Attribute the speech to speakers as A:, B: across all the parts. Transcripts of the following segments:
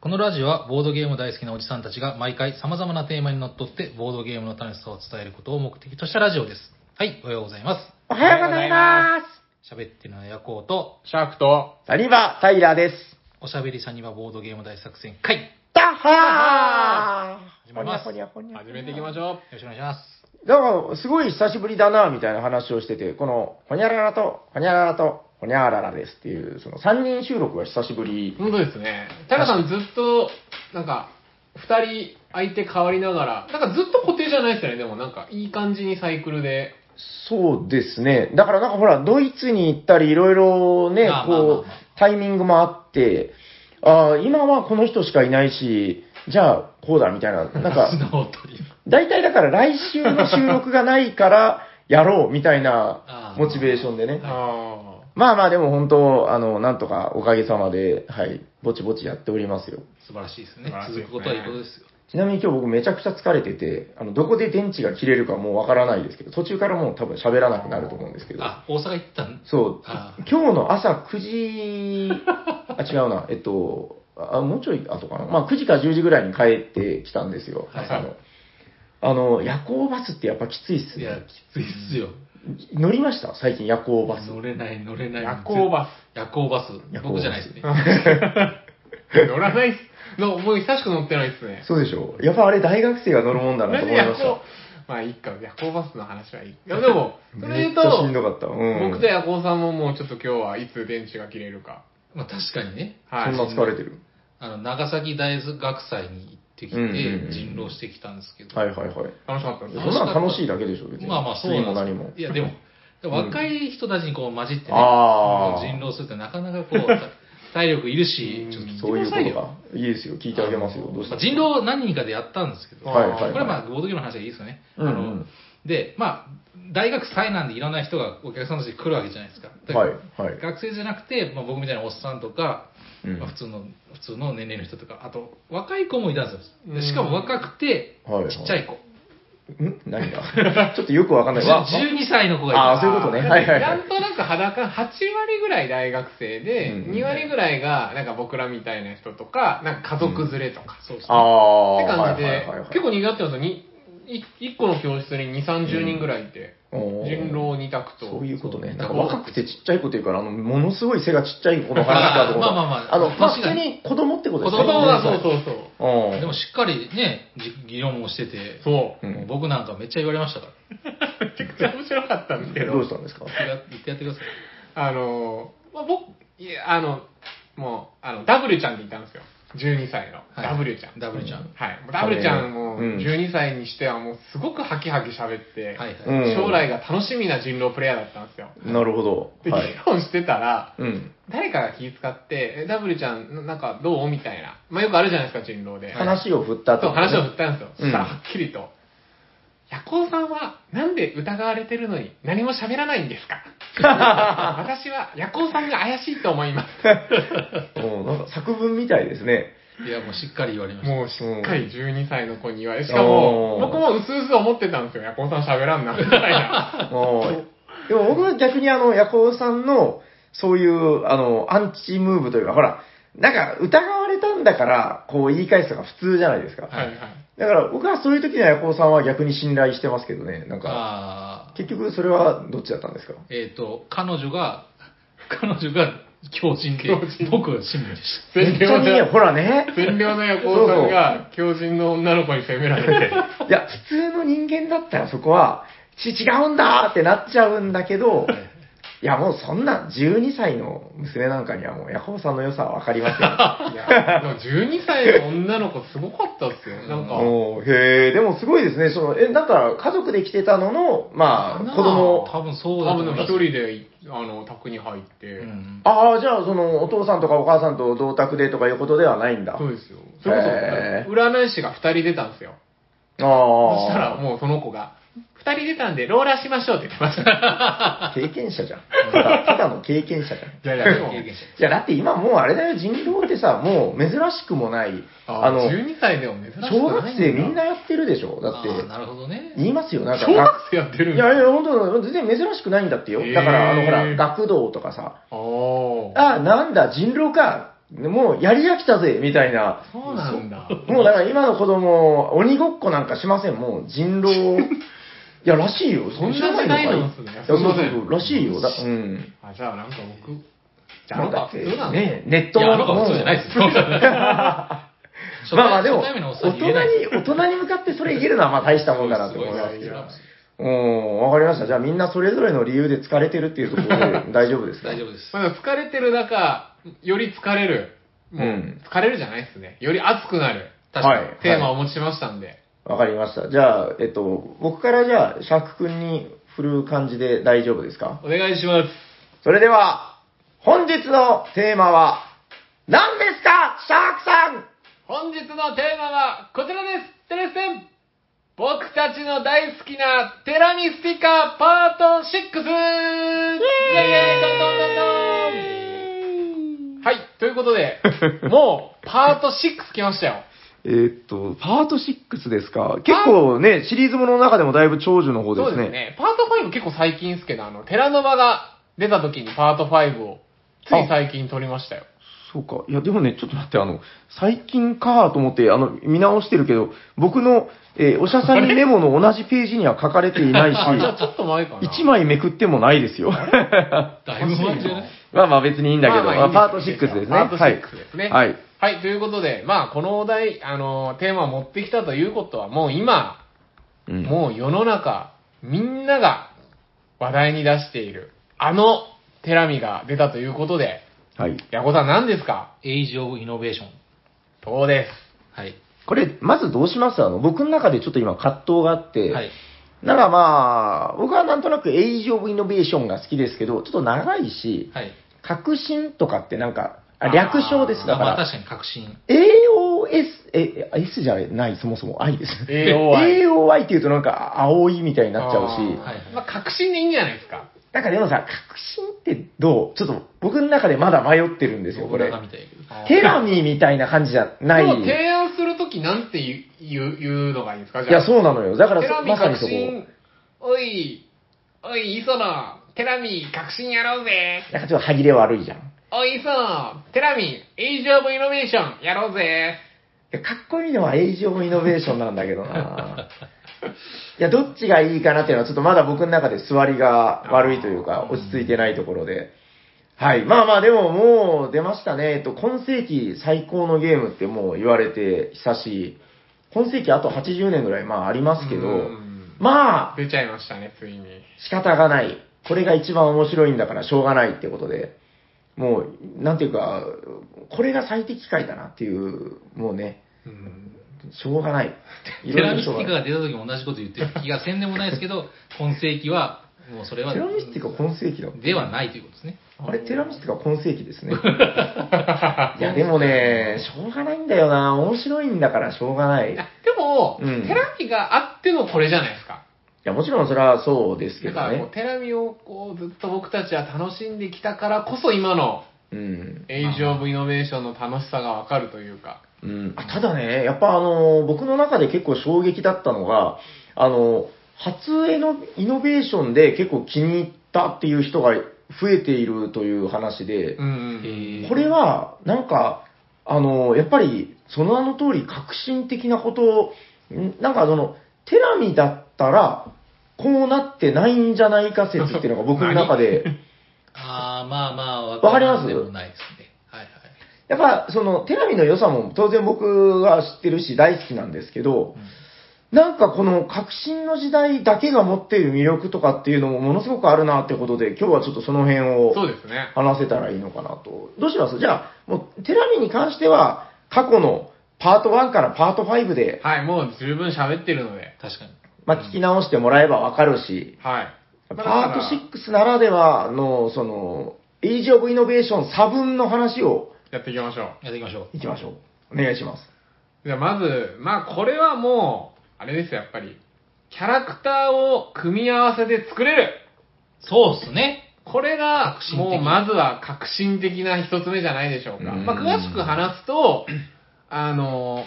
A: このラジオはボードゲーム大好きなおじさんたちが毎回様々なテーマにのっとってボードゲームの楽しさを伝えることを目的としたラジオです。はい、おはようございま
B: おはようございま
A: す。喋ってるのはヤコウと、
C: シャークと、
B: す。リバ・タイラーです。
A: おしゃべりさんにはボードゲーム大作戦会
B: ダッハ
A: 始
B: ー
A: まります。
B: ほ
A: よ
B: にゃほにゃほにゃ
C: 始めていきましょ
A: ろしくお願いします。
B: なんか、すごい久しぶりだな、みたいな話をしてて、この、ほにゃららと、ほにゃららと、ほにゃららですっていう、その3人収録が久しぶり
C: う。。本当ですね。タカさんずっと、なんか、二人相手変わりながら、なんかずっと固定じゃないですよね。でもなんか、いい感じにサイクルで。
B: そうですね。だからなんかほら、ドイツに行ったり、いろいろね
A: まあ、まあまあま
B: こう、タイミングもあって、ああ、今はこの人しかいないし、じゃあ、こうだ、みたいな。なんか
A: ス、ノートリー
B: 大体だから来週の収録がないから、やろう、みたい
A: あ
B: な
A: ー
B: モチベーションでね。
C: あ
B: まあまあでも本当、あの、なんとかおかげさまで、はい、ぼちぼちやっておりますよ。
A: 素晴らしいですね
C: 素晴らしいです
A: 続く
C: ね
A: ことはいいことですよ。
B: ちなみに今日僕めちゃくちゃ疲れてて、あの、どこで電池が切れるかもうわからないですけど、途中からもう多分喋らなくなると思うんですけど。
A: あ、大阪行ったん
B: そう
A: あ、
B: 今日の朝9時、あ、違うな、えっと、あ、もうちょい後かな。まあ9時か10時ぐらいに帰ってきたんですよ、
A: はい
B: 朝の。あの、夜行バスってやっぱきついっす
A: いや、
B: ね
A: き。ついっすよ。
B: 乗りました最近夜行バス。
A: 乗れない、乗れな
C: あ。
A: い。
C: 夜行バ
A: 夜行バス。
B: 夜行バス
A: 僕じゃないですね。
C: ス。乗ら ないっす。の、もう久しく乗ってないっすね。
B: そうでしょやっぱあれ大学生が乗るもんだなと思いまし
C: 夜行
B: た。
C: まあ、いいか。夜行バスの話はいい。 いや、でも、それ
B: め
C: 言
B: っ
C: う
B: ちゃしん
C: と、
B: どかった。うん。
C: 僕と夜行さんももうちょっと今日はいつ電池が切れるか。
A: まあ確かにね、
C: はい。
B: そんな疲れてる。
A: あの、長崎大学祭に行ってきて、
B: うんうんうん
A: 人狼してきたんですけど。
B: はいはいはい。
C: 楽しかったです
B: そ
C: ね
B: んなの楽しいだけでしょ、別に。
A: まあまあそうなんです
B: も何も。
A: いや、でも、若い人たちにこう混じってね、
B: あー
A: 人狼するってなかなかこ う、体力いるし
C: う、ん
A: ちょっと聞いて
B: そう
A: く
B: い
A: だ
B: うこ
A: さい
B: と
A: よ。
B: か。いいですよ、聞いてあげますよ。どうし
A: ま
B: た
A: あ人狼何人かでやったんですけど、
B: はいはいはい
A: これはまあ、ボードゲームの話はいいですよね。
B: うんうん
A: あので、まあ、大学祭なんでいろんな人がお客さんとして来るわけじゃないですか。だから
B: はいはい。
A: 学生じゃなくて、まあ、僕みたいなおっさんとか、
B: うん
A: まあ、普通の普通の年齢の人とか、あと若い子もいたんですよ。
C: う
A: で
C: ん
A: しかも若くて、
B: はいはい
A: ちっちゃい子。
B: ん何がちょっとよくわかんない。わ
A: 12歳の子がいた。
B: あーそういうことねはいはいはい
C: なんとなく裸、8割ぐらい大学生で、
B: うん
C: 2割ぐらいが、なんか僕らみたいな人とか、なんか家族連れとか、そうそう。っ
B: あー。
C: て感じ
B: はい
C: で
B: はいはいはい、
C: 結構賑わってますよ。にい一個の教室に2、30人ぐらいいて、
B: おー
C: 人狼2択と。
B: そういうことね。
C: そう
B: なんか若くてちっちゃい子というから、あの、ものすごい背がちっちゃい子の話だと思った。
A: まあまあまあ
B: の、まあ
A: 年
B: 普
A: が
B: 通に子供ってことです
C: 子供だ、そう
B: う。
C: そうそう。
B: うん。
A: でもしっかりね、じ議論もしてて、
C: そうう。
B: ん
A: もう僕なんかめっちゃ言われましたか
C: めちゃくちゃ面白かったんですけど。
B: どうしたんですか
A: ら、や言ってやってください。
C: あの、まあ、僕、いや、あの、もう、あの、W ちゃんって言ったんですよ。12歳の。
A: はい
C: W ちゃん。
A: ダブルちゃん。は
C: はい。もうダブルちゃんも
B: うん
C: 12歳にしてはもうすごくハキハキ喋って、
A: いはい。
B: うん
C: 将来が楽しみな人狼プレイヤーだったんですよ。
B: なるほど。
C: で、
B: はい
C: 議。論してたら、
B: うん。
C: 誰かが気遣って、え、ダブルちゃん、ななんかどうみたいな。まあよくあるじゃないですか、人狼で。
B: 話を振った後
C: そう、
B: にね、
C: 話を振ったんですよ。そしたら
B: うん
C: はっきりと、夜行さんはなんで疑われてるのに何も喋らないんですか私は夜行さんが怪しいと思います。
B: うん、なんか作文みたいですね。
A: いや、もうしっかり言われました。
C: もうしっかり12歳の子に言われ、し
B: ん
C: かも、
B: おー
C: 僕もうすうす思ってたんですよ。ヤコウさん喋らんな、みたいな。
B: うんでも僕は逆にあの、ヤコウさんの、そういう、あの、アンチムーブというか、ほら、なんか疑われたんだから、こう言い返すのが普通じゃないですか。
C: はいはい。
B: だから僕はそういう時にはヤコウさんは逆に信頼してますけどね。なんか、
A: あー
B: 結局それはどっちだったんですか
A: えっ、と、彼女が、彼女が狂人で、僕が親身でし
B: め
C: 善
B: っちゃ
C: 良
B: にね、
C: な、
B: ほらね。
C: 善良なヤコウさんが、狂人の女の子に責められて。
B: いや、普通の人間だったらそこは、ち違うんだってなっちゃうんだけど、いやもうそんな12歳の娘なんかにはもうヤコウさんの良さはわかりますよ。
C: いやでも12歳の女の子すごかったっすよ。なんか、
B: おーへえ、でもすごいですね。その、え、なんか家族で来てたのの、
A: た。
B: まあ、子供。
A: 多分そうだ
C: 多
A: と
C: 分
A: 思
C: で
A: います。
C: も一人で、あの、宅に入って、
A: うん
B: ああ、じゃあその、お父さんとかお母さんと同宅でとかいうことではないんだ。
C: そうですよ。それこ
B: へー
C: そ、占い師が2人出たんですよ。そ
B: ああ。
C: したらもうその子が、2人出たんで、ローラーしましょうって言ってました。
B: 経験者じゃん。ただただの経験者じ ゃん。
C: いやいや、でも
A: 経、験者
B: いや、だって今もうあれだよ、人狼ってさ、もう珍しくもない。あ
C: あ
B: の、
C: 12歳でも珍しくないんだ
B: 小学生みんなやってるでしょだって
A: あ、ーなるほどね。
B: 言いますよ、なんか。
C: 小学生やってる
B: い
C: んだ。
B: やいや、本当全然珍しくないんだってよ。だから、あの、ほら、学童とかさ、
C: あー
B: あ、なんだ、人狼か。もうやり飽きたぜみたいな。
C: そうなんだ。
B: もうだから今の子供、鬼ごっこなんかしません。もう人 狼。いや、らしいよ。
C: そんな
B: 知らいのかい
C: 時代なんすね
B: いやそうそう
C: すいませ
B: そう、らしいよ。だうん。
C: あ、じゃあなんか僕、
A: じゃあなんか
B: だって
A: 普通なの
B: ね、ネット
A: いや、あの子は普通じゃない
B: い
A: ですよ。
B: まあまあでも、
A: 初対面のおっさ
B: 大
A: んに言え
B: 人
A: ないです
B: に、大人に向かってそれ言えるのはまあ大したもんだなと思いますけど。うん、わかりました。じゃあみんなそれぞれの理由で疲れてるっていうところ で大丈夫ですか
A: 大丈夫です。
C: まだ疲れてる中、より疲れる。もう
B: うん
C: 疲れるじゃないですね。より熱くなる。
A: 確かに。
B: はい
C: テーマをお持ちしましたんで。
B: わかりました。じゃあ、えっと、僕からじゃあ、シャーク君に振る感じで大丈夫ですか
C: お願いします。
B: それでは、本日のテーマは、何ですかシャークさん
C: 本日のテーマはこちらです。テレセン僕たちの大好きなテラミスティカパート 6! イエーイどんどんどんどんはい、ということ で、もうパート6来ましたよ。
B: えっと、パート6ですか結構ね、シリーズものの中でもだいぶ長寿の方
C: そうです。ね。パート5結構最近ですけど、あの、テラノバが出た時にパート5をつい最近撮りましたよ。
B: そうか。いや、でもね、ちょっと待って、あの、最近かと思って、あの、見直してるけど、僕の、えーおしゃさんにメモの同じページには書かれてい ない
C: あ、じゃあ
B: し、
C: ちょっと前かな。
B: 1枚めくってもない ですよ。
A: だいぶ前じゃない
B: まあまあ別にいいんだけど、
C: まあまあ
B: まあ
C: いい
B: パート6
C: です
B: で
C: よ
B: すね。
C: パート
B: はい
C: 6ですね
B: はい。
C: はい、ということで、まあ、このお題、あの、テーマを持ってきたということは、もう今、
B: うん
C: もう世の中、みんなが話題に出している、あのテラミが出たということで、
B: はい。
C: ヤコさん何ですか
A: エイジ・オブ・イノベーション。
C: そうです。
A: はい。
B: これ、まずどうしますあの、僕の中でちょっと今葛藤があって、
A: はい。
B: なんかまあ、僕はなんとなくエイジ・オブ・イノベーションが好きですけど、ちょっと長いし、
A: はい。
B: 革新とかってなんか、あ略称です。
A: あ
B: だか
A: まあ
B: ら、
A: 確かに確信。
B: AOS、え、S じゃない、そもそも I です。
C: AOI。
B: AOI っていうとなんか青いみたいになっちゃうし、
C: あーはいまあ、確信でいいんじゃないですか。
B: なんかでもさ、革新ってどうちょっと僕の中でまだ迷ってるんですよ、これ。
A: 信長みたいやけど
B: テラミーみたいな感じじゃな
C: でも
B: い。
C: 提案するときなんて言う言う言うのがいいんですかじ
B: い
C: ゃあ。
B: や、そうなのよ。だから
C: テラ
B: そ、
C: ミ
B: まさに
C: 革
B: そこ。
C: 新、おい、おい、磯野、テラミ革新やろうぜ。
B: なんかちょっと歯切れ悪いじゃん。い
C: おい、磯野、テラミエイジオブイノベーションやろうぜ。
B: やかっこいいのはエイジオブイノベーションなんだけどな いや、どっちがいいかなっていうのは、ちょっとまだ僕の中で座りが悪いというか、落ち着いてないところで。はい。まあまあ、でももう出ましたね。えっと、今世紀最高のゲームってもう言われて久しい。今世紀あと80年ぐらい、まあありますけ
C: う
B: ど、
C: ん
B: まあ、
C: 出ちゃいましたね、ついに。
B: 仕方がない。これが一番面白いんだからしょうがないってことで、もう、なんていうか、これが最適解だなっていう、もうね、しょうがない。い
A: テ
B: ろ
A: ラ
B: いろ
A: ミステ
B: しょうが
A: ィカ
B: ない。
A: が出た時も同じこと言ってる気がせんでもないですけ ど、今世紀は、もうそれは
B: テ、ラミスティカ今世紀だ。
A: ではないということですね。
B: あれ、テラミスティカ今世紀 ですね。 いや、でもね、しょうがないんだよな。面白いんだからしょうがない。い
C: いやでも、
B: うん
C: テラミがあってのこれじゃないですか。
B: や、もちろんそれはそうですけ
C: だ
B: ど
C: からこ
B: ね
C: う、。テラミをこうずっと僕たちは楽しんできたからこそ今の
B: うん。
C: エイジオブイノベーションの楽しさがわかるというか。
B: うん、あただね、やっぱあの、僕の中で結構衝撃だったのが、あの、初へのイノベーションで結構気に入ったっていう人が増えているという話で
C: う、んうん
B: これはなんか、あの、やっぱりその名の通り革新的なことを、んなんかその、テラミだったら、こうなってないんじゃないか説っていうのが僕の中で、
A: ああ、まあまあ、わ
B: わかります
A: でもないですね。はいはい。
B: やっぱその、テラミの良さも当然僕は知ってるし大好きなんですけど、なんかこの革新の時代だけが持っている魅力とかっていうのもものすごくあるなってことで、今日はちょっとその辺を
C: そうですね。
B: 話せたらいいのかなと。どうしますじゃあ、もうテラミに関しては過去のパート1からパート5で、
C: はい、もう十分喋ってるので。
A: 確かに。
B: まあ、聞き直してもらえばわかるし、
C: はい。
B: パー
C: まあだから
B: ト6ならではの、その、エイジオブイノベーション差分の話を
C: やっていきましょう。
A: やっていきましょう。
B: いきましょう。お願いします。
C: じゃあまず、まあこれはもう、あれですよ、やっぱり。キャラクターを組み合わせで作れる
A: そうっすね。
C: これが
A: 革新、的
C: もうまずは革新的な一つ目じゃないでしょうか。
B: うん
C: まあ詳しく話すと、あの、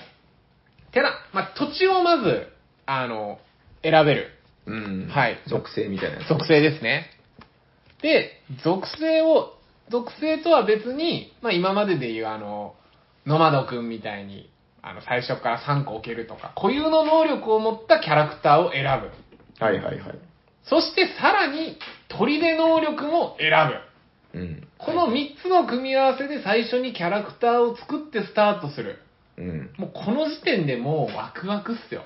C: てな、まあ土地をまず、あの、選べる。
B: うん
C: はい
B: 属性みたいなやつ。
C: 属性ですね。で、属性を属性とは別に、まあ今まででいうあの、ノマドくんみたいに、あの、最初から3個置けるとか、固有の能力を持ったキャラクターを選ぶ。
B: はいはいはい。
C: そしてさらに、砦能力も選ぶ。
B: うん。
C: この3つの組み合わせで最初にキャラクターを作ってスタートする。
B: うん。
C: もうこの時点でもうワクワクっすよ。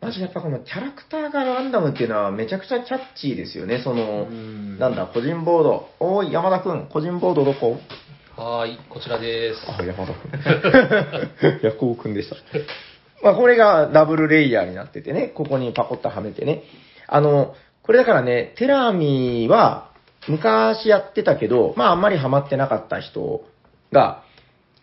B: 私やっぱこのキャラクターがランダムっていうのはめちゃくちゃキャッチーですよね。その、
C: ん
B: なんだ、個人ボード。おい、山田くん、個人ボードどこ
A: はーい、こちらです。
B: あ、山田 くん。ヤコウくんでした。まあ、これがダブルレイヤーになっててね、ここにパコッとはめてね。あの、これだからね、テラミは昔やってたけど、まあ、あんまりハマってなかった人が、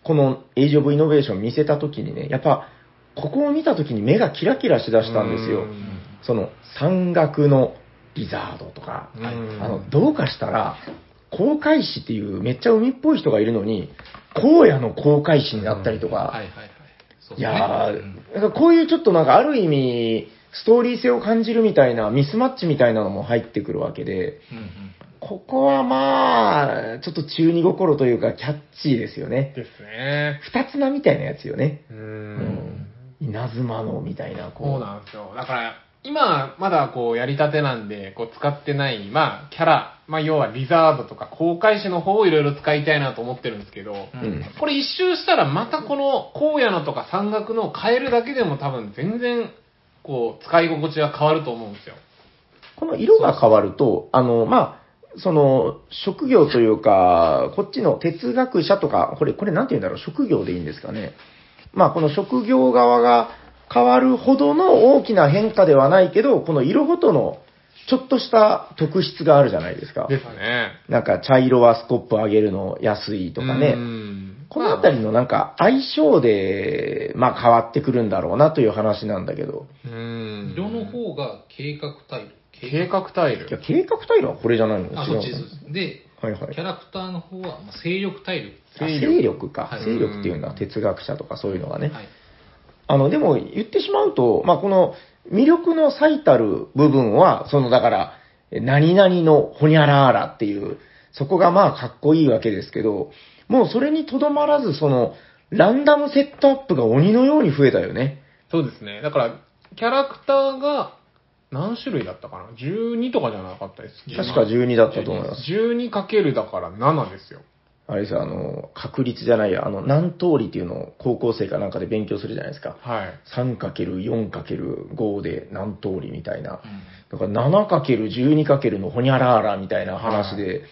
B: このエイジオブイノベーション見せた時にね、やっぱ、ここを見た時に目がキラキラしだしたんですよ。
C: うん
B: その、山岳のリザードとか、
C: うん
B: あの、どうかしたら、航海士っていうめっちゃ海っぽい人がいるのに、荒野の航海士になったりとか、
C: はいはいはい。
A: そう
B: い
A: ですね
B: や
A: う
B: ー
A: ん、
B: なんかこういうちょっとなんかある意味、ストーリー性を感じるみたいな、ミスマッチみたいなのも入ってくるわけで、
A: うんうん
B: ここはまあ、ちょっと中二心というかキャッチーですよね。
C: ですね。
B: 二つ名みたいなやつよね。
C: う
B: うんん。。稲妻のみたいな、こう。
C: そうなんですよ。だから、今、まだこう、やりたてなんで、こう、使ってない、まあ、キャラ、まあ、要はリザードとか、公開士の方をいろいろ使いたいなと思ってるんですけど、
A: う
B: うんん。
C: これ一周したら、またこの、荒野のとか山岳のを変えるだけでも多分、全然、こう、使い心地は変わると思うんですよ。
B: この色が変わると、あの、まあ、その、職業というか、こっちの哲学者とか、これ、これなんて言うんだろう、職業でいいんですかね。まあ、この職業側が変わるほどの大きな変化ではないけど、この色ごとの、ちょっとした特質があるじゃないですか。
C: ですね。
B: なんか、茶色はスコップ上げるの安いとか
C: う
B: ね。
C: ん
B: このあたりのなんか、相性で、まあ、変わってくるんだろうなという話なんだけど。
C: うん
A: 色の方が計画タイル。
C: 計画タイル
B: いや、。計画タイルはこれじゃないの
A: あ、
B: 違う
A: そ
B: の
A: っちです。で、
B: はいはい。
A: キャラクターの方は、まあ、勢力タイル。
B: あ勢
C: 勢力
B: 力
A: は
B: か
A: い。
B: 勢力っていうのは哲学者とかそういうのがね。
A: はい。
B: あの、でも言ってしまうと、まあ、この魅力の最たる部分は、そのだから、何々のほにゃららっていう、そこがまあかっこいいわけですけど、もうそれにとどまらず、その、ランダムセットアップが鬼のように増えたよね。
C: そうですね。だから、キャラクターが、何種類だったかな ?12 とかじゃなかったですっけ
B: 確か12だったと思います。
C: 12かけるだから7ですよ。
B: あれですよあの、確率じゃないや、あの、何通りっていうのを高校生かなんかで勉強するじゃないですか。
C: はい。
B: 3×4×5 で何通りみたいな。
A: うん
B: だから 7×12× のホニャララみたいな話で、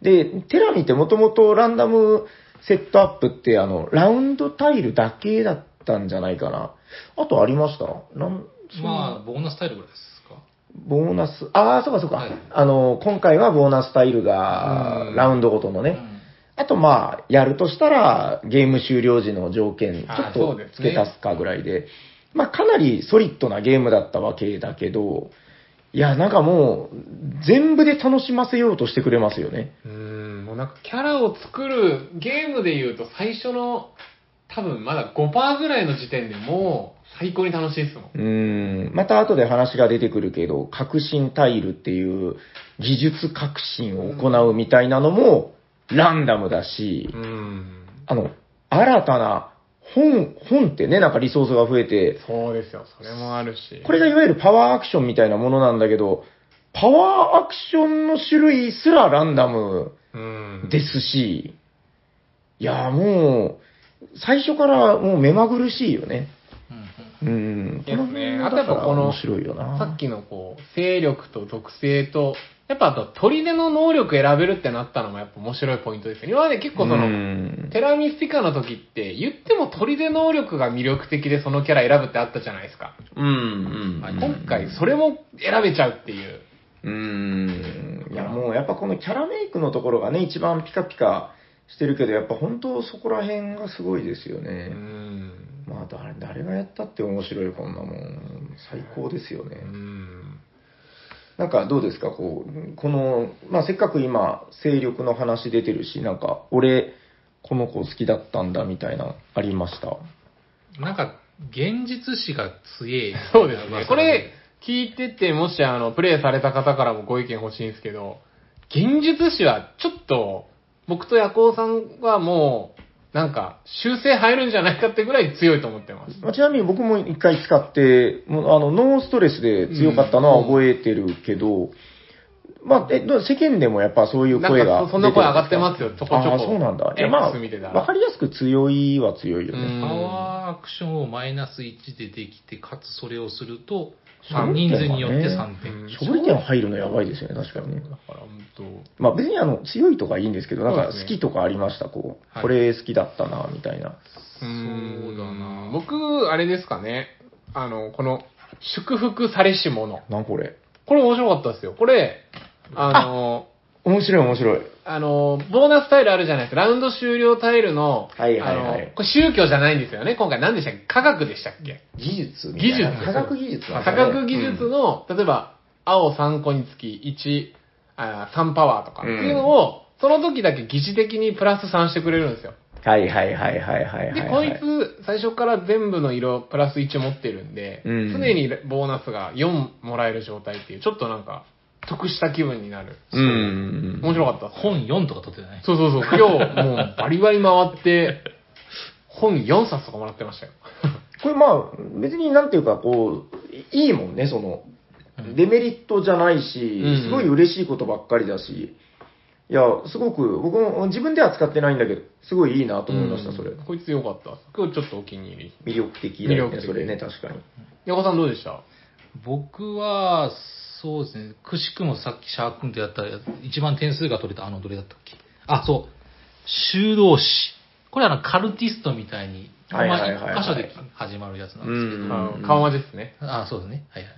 B: で、テラミってもともとランダムセットアップって、あの、ラウンドタイルだけだったんじゃないかな。あとありましたなん
A: まあ、ボーナスタイルぐらいですか。
B: ボーナス、ああ、そうかそうか、
A: はい
B: あの、今回はボーナスタイルが
C: うん
B: ラウンドごとのね。
A: うん
B: あとまあ、やるとしたら、ゲーム終了時の条件、ちょ
C: あー
B: っ
C: そ
B: と
C: うですね
B: 付け足すかぐらいで、まあかなりソリッドなゲームだったわけだけど、いや、なんかもう、全部で楽しませようとしてくれますよね。
C: うーん、もうなんかキャラを作るゲームで言うと最初の多分まだ5%ぐらいの時点でもう最高に楽しいですもん。
B: うーん、また後で話が出てくるけど、革新タイルっていう技術革新を行うみたいなのも、ランダムだし、
C: うーん。
B: あの、新たな本、本ってね、なんかリソースが増えて、
C: そうですよ、それもあるし。
B: これがいわゆるパワーアクションみたいなものなんだけど、パワーアクションの種類すらランダム
C: うん。
B: ですし、いやーもう、最初からもう目まぐるしいよね。
A: うんうん
B: うん。
C: ですね
B: この辺がだから面白いよな。
C: さっきのこう、勢力と属性と、やっぱあと、砦の能力選べるってなったのもやっぱ面白いポイントですよ。今まで結構その、
B: うん
C: テラミスティカの時って、言っても砦能力が魅力的でそのキャラ選ぶってあったじゃないですか。
B: うんうんうん
C: 今回、それも選べちゃうっていう。
B: うん。いや、もうやっぱこのキャラメイクのところがね、一番ピカピカしてるけど、やっぱ本当そこら辺がすごいですよ
C: う
B: ね。
C: ん。
B: まあ誰、誰がやったって面白い、こんなもん。最高ですよね。
C: うん。
B: なんかどうですか、こう、この、まあ、せっかく今、勢力の話出てるし、なんか、俺、この子好きだったんだみたいな、ありました。
A: なんか、現実史が強い。
C: そうです
A: まあ
C: ね。これ、、聞いてて、もしあの、プレイされた方からもご意見欲しいんですけど、現実史はちょっと、僕とヤコウさんはもう、なんか、修正入るんじゃないかってぐらい強いと思ってます。
B: まあちなみに僕も一回使って、もうあの、ノーストレスで強かったのは覚えてるけど、まあ、え、どう世間でもやっぱそういう声
C: なん
B: が
C: かそそんな声上がって
B: 出
C: ます
B: てるんです
C: よちょこちょこ
B: ああ、そうなんだ。いや、まあ、
C: X 見てたら
B: わかりやすく強いは強いよ
C: う
B: ね。
C: ん
A: パワーアクションをマイナス1でできて、かつそれをすると、
B: 3
A: 人数によって
B: 点
A: 3
C: うん
A: 点。
B: 処理点入るのやばいですよね、確かにね
C: だ。から、本当
B: まあ別にあの、強いとかいいんですけど、なん
C: そう
B: か
C: ですね
B: 好きとかありました、こう。
A: はい
B: これ好きだったな、みたいな。
A: そうだな
C: 僕、あれですかね。あの、この、祝福されし者。
B: なんこれ。
C: これ面白かったですよ。これ、あの、
B: 面白い面白い。
C: あの、ボーナスタイルあるじゃないですか。ラウンド終了タイルの、
B: はいはいはい
C: あの、これ宗教じゃないんですよね。今回何でしたっけ科学でしたっけ
B: 技術みたいな
C: 技術
B: 科学技術なんだ
C: 科
B: ね
C: 学技術の、例えば、青3個につき1、あ3パワーとかっていうのを、その時だけ疑似的にプラス3してくれるんですよ。
B: はいはいはいはいはいはい
C: で、
B: は
C: こ
B: い。
C: いつ、最初から全部の色プラス1持ってるんで、
B: うん
C: 常にボーナスが4もらえる状態っていう、ちょっとなんか、得した気分になる。
B: うん。
C: 面白かったっすね。
A: 本4とか取ってない
C: そうそうそう、今日もうバリバリ回って、本4冊とかもらってましたよ。
B: これまあ、別になんていうか、こう、いいもんね、その
A: うん、
B: デメリットじゃないし
C: うんうん、
B: すごい嬉しいことばっかりだし、いや、すごく、僕も自分では使ってないんだけど、すごいいいなと思いました、それ
C: うん。こいつ良かったっす。今日ちょっとお気に入り。
B: 魅力的だよ
C: 魅力
B: ね、
C: 的
B: それね、確かに。
C: ヤコさんどうでした
A: 僕は、そうですね、くしくもさっきシャークンとやった、一番点数が取れた、あの、どれだったっけあ、そう、修道士。これはあの、カルティストみたいに、
B: はいはいはいはい
A: まあ一箇所で始まるやつなんですけど、
B: うん
C: あの緩和ですね。
A: あ、そうですね、はいはい。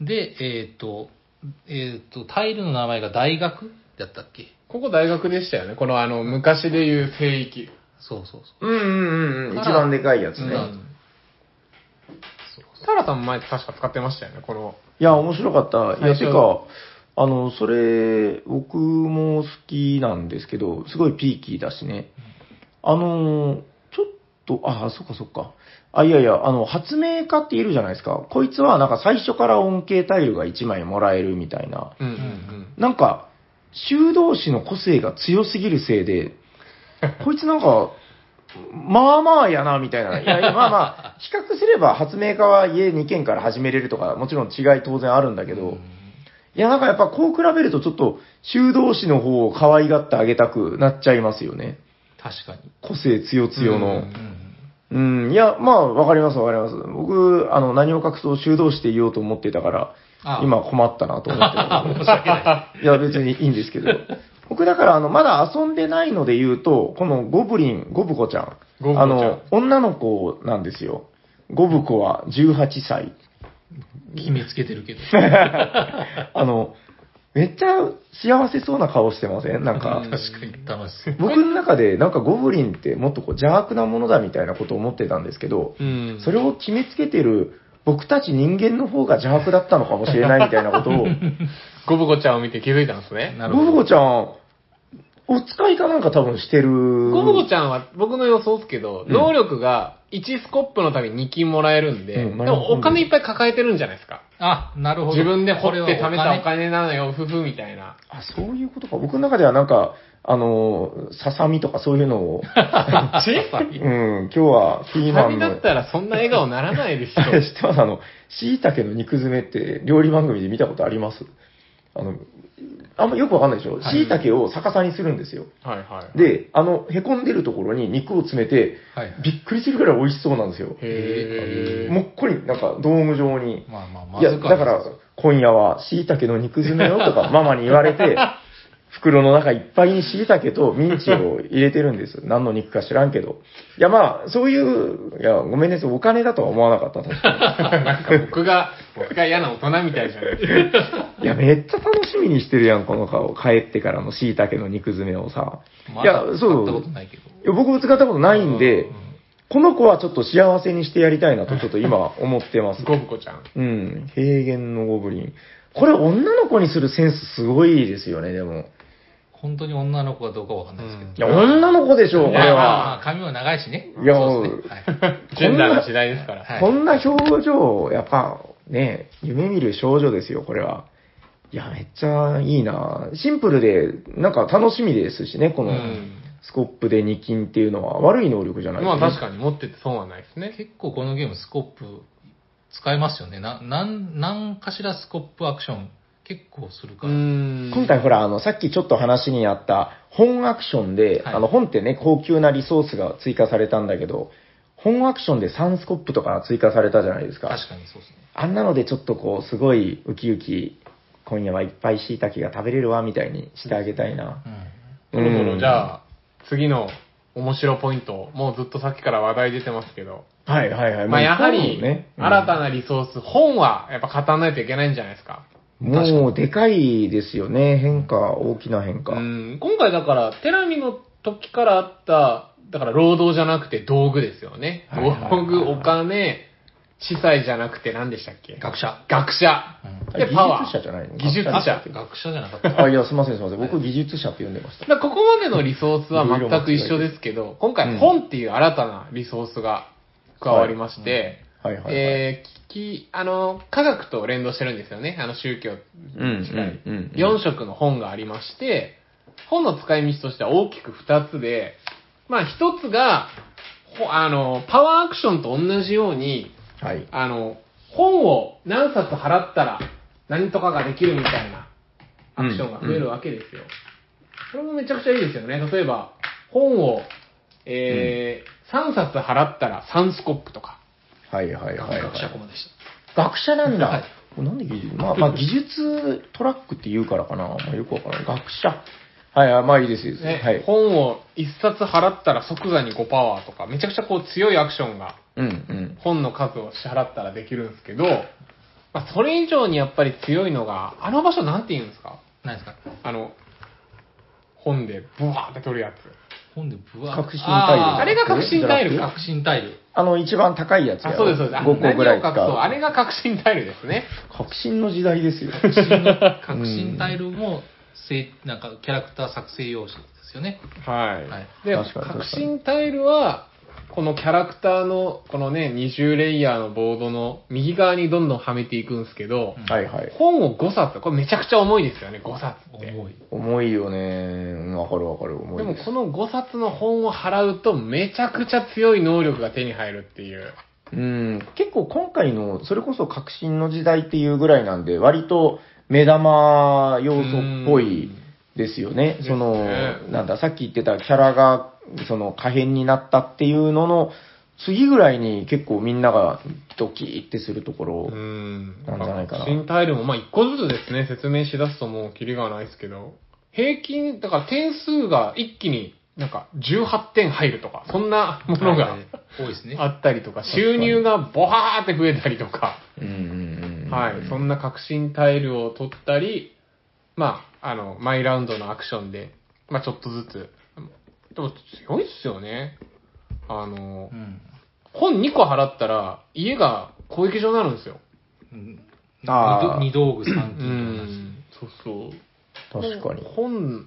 A: で、えっ、と、えっ、と、タイルの名前が大学だったっけ
C: ここ大学でしたよね。このあの、昔で言う聖域。
A: そうそうそう。
B: うんうんうんうん、
A: から
B: 一番でかいやつ
C: う
B: ね。
C: ん。タラさん前確か使ってましたよね、この。
B: いや、面白かった。い
C: 最
B: や、
C: 初
B: てか、あの、それ、僕も好きなんですけど、すごいピーキーだしね。あの、ちょっと、あ、そっかそっか。あ、いやいや、あの、発明家っているじゃないですか。こいつは、なんか最初から恩恵タイルが1枚もらえるみたいな。
C: うんうん
B: なんか、修道士の個性が強すぎるせい で、こいつなんか、まあまあやな、みたいな。いやいや、まあまあ、比較すれば発明家は家2軒から始めれるとか、もちろん違い当然あるんだけど、いや、なんかやっぱこう比べるとちょっと、修道士の方を可愛がってあげたくなっちゃいますよね。
A: 確かに。
B: 個性強強
C: う
B: の。
C: ん
A: うん。
B: うん、いや、まあ、わかりますわかります。僕、あの、何を隠そう修道士で言おうと思ってたから、
A: あ
B: 今困ったなと思ってます
A: 申し訳ない
B: や、別にいいんです けど。僕、だから、あの、まだ遊んでないので言うと、このゴブリン、ゴブコちゃん。
C: ゴブコちゃん
B: あの、女の子なんですよ。ゴブコは18歳。
A: い。決めつけてるけど。
B: あの、めっちゃ幸せそうな顔してませんなんか
C: う、ん
A: 確かに楽しそう。
B: 僕の中で、なんかゴブリンってもっとこう邪悪なものだみたいなことを思ってたんですけど、
C: うん。うん。
B: それを決めつけてる僕たち人間の方が邪悪だったのかもしれないみたいなことを、
C: ゴブゴちゃんを見て気づいたんですね。
A: なるほ
B: ゴブ
A: ど。
B: コちゃん、お使いかなんか多分してる。
C: ゴブゴちゃんは僕の予想ですけど、
B: うん
C: 能力が1スコップのたびに2金もらえるんで、
B: うん
C: でもお金いっぱい抱えてるんじゃないですか。
A: あ、なるほど。
C: 自分で掘って貯めた
A: こ
C: お
A: れは
C: 金なのよ、ふふみたいな。
B: あ、そういうことか。僕の中ではなんか、あの、ささみとかそういうの を、うん、今日はピーマ
C: 旅
B: ン
C: だ
B: の
C: っ、たらそんな笑顔ならない ですよ
B: あ。れ 知ってますあの、椎茸の肉詰めって料理番組で見たことありますあの、あんまよくわかんないでしょ
A: はい
B: 椎茸を逆さにするんですよ。
C: はいはい。
B: で、あの、へこんでるところに肉を詰めて、
A: はいはい。
B: びっくりするぐらい美味しそうなんですよ。
C: へー
B: もっこり、なんか、ドーム状に。
A: まあまあ、ま
B: いや、
A: ず
B: だから、今夜は椎茸の肉詰めよと か、ママに言われて、袋の中いっぱいに椎茸とミンチを入れてるんです。何の肉か知らんけど。いや、まあ、そういう、いや、ごめんね、お金だとは思わなかった。確か
C: なんか僕が、僕が嫌な大人みたいじゃないですか。
B: にいや、めっちゃ楽しみにしてるやん、この顔。帰ってからの椎茸の肉詰めをさ。
A: ま
B: い
A: だ、
B: や
A: 使
B: そ
A: っ
B: う
A: たこと。ないけど。
B: いや僕も使ったことないんで
C: うん、
B: この子はちょっと幸せにしてやりたいなと、ちょっと今思ってます。
C: ゴブコちゃん。
B: うん、平原のゴブリン。これ女の子にするセンスすごいですよね、でも。
A: 本当に女の子かどうかわかんないですけど。
B: いや、女の子でしょう、これ
A: まあまあ
B: は。
A: 髪も長いしね。
B: いや
A: そうですねはい
C: ジェンダーの時代ですから。
A: はい
B: こんな表情、やっぱね、夢見る少女ですよ、これは。いや、めっちゃいいなシンプルで、なんか楽しみですしね、この
C: うん
B: スコップで2金っていうのは悪い能力じゃないです
C: まあ
B: ね
C: 確かに持ってて損はないですね。
A: 結構このゲームスコップ使えますよね。な、なん、なんかしらスコップアクション結構するから。
C: ん
B: 今回ほら、あの、さっきちょっと話にあった、本アクションで、
A: はい
B: あの、本ってね、高級なリソースが追加されたんだけど、本アクションで3スコップとか追加されたじゃないですか。
A: 確かにそうですね。
B: あんなのでちょっとこう、すごいウキウキ、今夜はいっぱい椎茸が食べれるわ、みたいにしてあげたいな。
C: そろそろじゃ
B: あ。
C: あ、次の面白ポイント、もうずっとさっきから話題出てますけど、
B: はいはいはい。
C: まあやはり、新た
B: な。
C: なリソース、本はやっぱ語らないといけないんじゃないですか。
A: 確
B: もう、でかいですよね。変化、大きな変化。
C: うん、今回だから、テラミの時からあった、だから労働じゃなくて道具ですよね。
B: はいはいはい
C: 道具、お金、資材じゃなくて何でしたっけ
A: うん。学者。
C: 学
A: う
C: 者。
A: ん。
B: あ
C: で、
B: 技術
C: パワー。
B: 者じゃないの
C: 技術
A: あ
B: 学
C: 者
B: 者。
A: 学者じゃなかった。
B: あ、いや、すいませんすいません。僕、技術者って呼んでました。
C: だからここまでのリソースは全く一緒ですけど、今
B: うん
C: 回本っていう新たなリソースが加わりまして、
B: はいはいはい。
C: えー、聞き、あの、科学と連動してるんですよね、あの宗教。
B: うんうんうんうん
C: 4色の本がありまして、本の使い道としては大きく2つで、まあ1つが、ほあの、パワーアクションと同じように、
B: はい。
C: あの、本を何冊払ったら何とかができるみたいなアクションが増えるわけですよ。これもめちゃくちゃいいですよね。例えば、本を、えー3冊払ったら3スコップとか。
B: はいはいはい、はい
A: 学。者コマでした。
B: 学者なんだ。
A: はい
B: これなんで技術まあ、まあ、技術トラックって言うからかな。まあ、よくわからない。学者。はいはい、まあいいです、いいです。
C: ね
B: はい。
C: 本を1冊払ったら即座に5パワーとか、めちゃくちゃこう強いアクションが
B: うんうん。
C: 本の数を支払ったらできるんですけど、まあ、それ以上にやっぱり強いのが、あの場所なんて言うんですか
A: 何ですか
C: あの、本でブワーって取るやつ。
A: 本でブワー
B: 革新タイル。
A: あー
C: あれが革新タイル
B: じゃなくて
A: 革新タイ ル。
B: あの、一番高いやつや
C: あ、
B: ろ
C: そうです、そうです。あ
B: 5個ぐらい使
C: 何を隠そうあ
B: う。
C: れが革新タイルですね。
B: 革新の時代ですよ。
A: 革新の革新タイルも、せいなんかキャラクター作成用紙ですよね。
C: はい。
A: はい
C: で、
B: 確かに確かに
C: 革新タイルは、このキャラクターの、このね、20レイヤーのボードの右側にどんどんはめていくんですけど、
A: うん
B: はいはい。
C: 本を5冊、これめちゃくちゃ重いですよね、5冊って。
A: 重い。
B: 重いよね。うんわかるわかる。重
C: で
B: い
C: も
B: です。
C: この5冊の本を払うとめちゃくちゃ強い能力が手に入るっていう。
B: うん、結構今回の、それこそ革新の時代っていうぐらいなんで、割と目玉要素っぽいですよね
C: う。ん
B: その、
C: ですね
B: なんだ、さっき言ってたキャラが、その、可変になったっていうのの、次ぐらいに結構みんながドキーってするところ。
C: ん
B: なんじゃないかな
C: 新タイルもまあ1個ずつですね、説明しだすともうキリがないですけど、平均、だから点数が一気になんか18点入るとか、そんなもの
A: は
C: が
A: い多いですね。
C: あったりとか、収入がボハーって増えたりとか。
B: うんうんうん。
C: はい、そんな革新タイルを取ったり、まあ、あの、マイラウンドのアクションで、まあ、ちょっとずつ。でも、強いっすよね。あの
A: う、ん。
C: 本2個払ったら、家が攻撃場になるんですよ。
A: うん
B: あー
A: 二道具
C: う
A: 三金の話。
C: ん、そうそう。
B: 確かに。
C: 本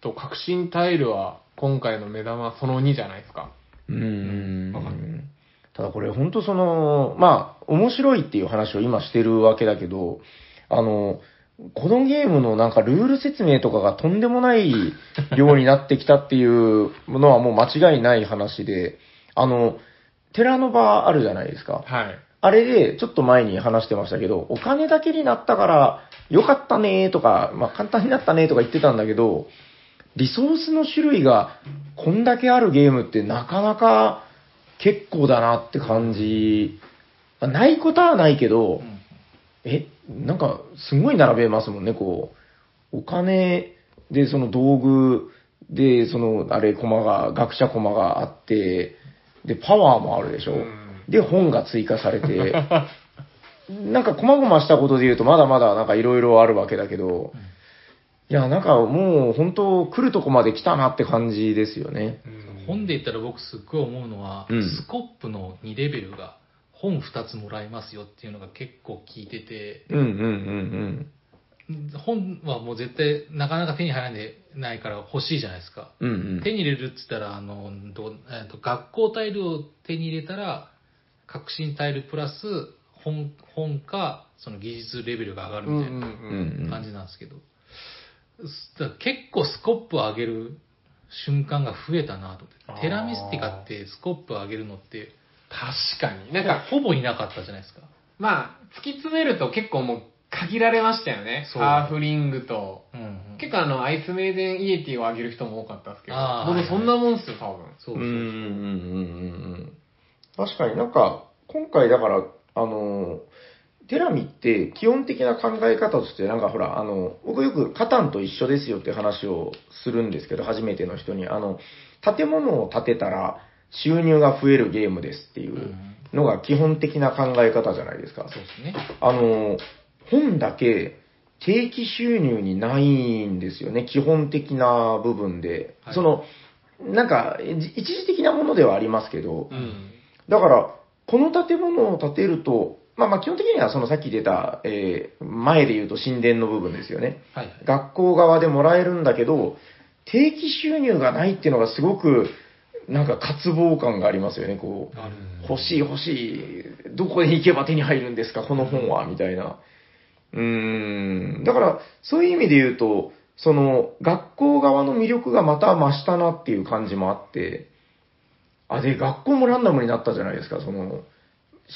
C: と革新タイルは、今回の目玉その2じゃないですか。
B: うん
C: わかる
B: ただこれ本当その、まあ、面白いっていう話を今してるわけだけど、あの、このゲームのなんかルール説明とかがとんでもない量になってきたっていうのはもう間違いない話で、あの、寺の場あるじゃないですか。
C: はい。
B: あれで、ちょっと前に話してましたけど、お金だけになったから、よかったねーとか、まあ簡単になったねーとか言ってたんだけど、リソースの種類がこんだけあるゲームってなかなか結構だなって感じ。まあないことはないけど、
A: うん
B: え、なんかすごい並べますもんね、こう。お金で、その道具で、その、あれ、駒が、学者駒があって、で、パワーもあるでしょ。
C: うん
B: で、本が追加されて、 なんか、こまごましたことで言うと、まだまだ、なんか、いろいろあるわけだけど、いや、なんか、もう、本当来るとこまで来たなって感じですよね。
A: 本で言ったら僕すっごい思うのは、
B: うん
A: スコップの2レベルが本2つもらえますよっていうのが結構効いてて、
B: うん、うん、うん、
A: 本はもう絶対なかなか手に入らないから欲しいじゃないですか。
B: うん。うん、
A: 手に入れるって言ったら、あの、どえっと学校タイルを手に入れたら、革新タイルプラス本、本か、その技術レベルが上がるみ
C: うんう
A: たいなん
B: うん
A: 感じなんですけど、すだから結構スコップを上げる瞬間が増えたなと
C: あ
A: 思って。
C: ー
A: テラミスティカってスコップを上げるのって、
C: 確かに。なんか、
A: ほぼいなかったじゃないですか。
C: まあ、突き詰めると結構もう限られましたよね。
A: そう
C: ハーフリングと。
A: うんうん、
C: 結構あの、アイスメイデンイエティをあげる人も多かったですけど、
A: あー
C: 僕そんなもんっすよ、多分。
A: そう
B: う
A: そう。
B: んうんうんうん確かになんか、今回だから、あの、テラミって基本的な考え方として、なんかほら、あの、僕よくカタンと一緒ですよって話をするんですけど、初めての人に、あの、建物を建てたら収入が増えるゲームですってい
A: うんう
B: うんのが基本的な考え方じゃないですか
A: そう。ですね。
B: あの、本だけ定期収入にないんですよね、基本的な部分で。
A: はい
B: その、なんか、じ一時的なものではありますけど、
C: うん。
B: だから、この建物を建てると、まあまあ基本的にはそのさっき出た、えー前で言うと神殿の部分ですよね。
A: はいはい。
B: 学校側でもらえるんだけど、定期収入がないっていうのがすごく、なんか渇望感がありますよね、こう。
A: ある
B: 欲しい欲しい、どこへ行けば手に入るんですか、この本は、みたいな。うーん、だから、そういう意味で言うと、その、学校側の魅力がまた増したなっていう感じもあって、あ、で、学校もランダムになったじゃないですか、その、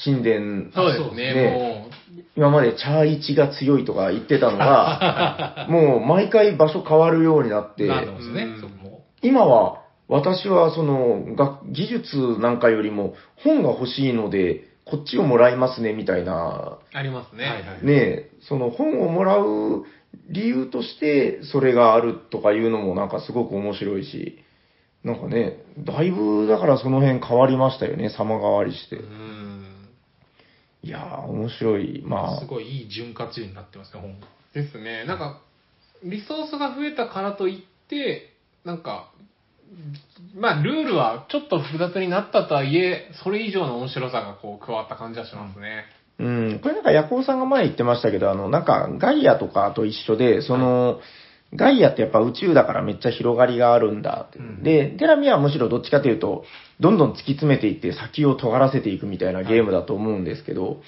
B: 神殿、
C: そうですね、
B: ね
C: もう。
B: 今までチャーイチが強いとか言ってたの が、もう毎回場所変わるようになって、
A: ランダムですね
C: う、ん
A: そこも。
B: 今は、私はその、が技術なんかよりも本が欲しいので、こっちをもらいますね、みたいな。
C: ありますね。
A: はいはい
B: ねえその本をもらう理由として、それがあるとかいうのもなんかすごく面白いし、なんかね、だいぶだからその辺変わりましたよね、様変わりして
C: う。ん。
B: いやー、面白い。ますあ、
A: ごいいい潤滑油になってますね、本が。
C: ですね。なんか、リソースが増えたからといって、なんか、まあ、ルールはちょっと複雑になったとはいえ、それ以上の面白さがこう、加わった感じはしますね。
B: うん、これなんか、ヤコウさんが前言ってましたけど、あの、なんか、ガイアとかと一緒で、その、ガイアってやっぱ宇宙だからめっちゃ広がりがあるんだって。
A: うん
B: で、テラミアはむしろどっちかというと、どんどん突き詰めていって先を尖らせていくみたいなゲームだと思うんですけど、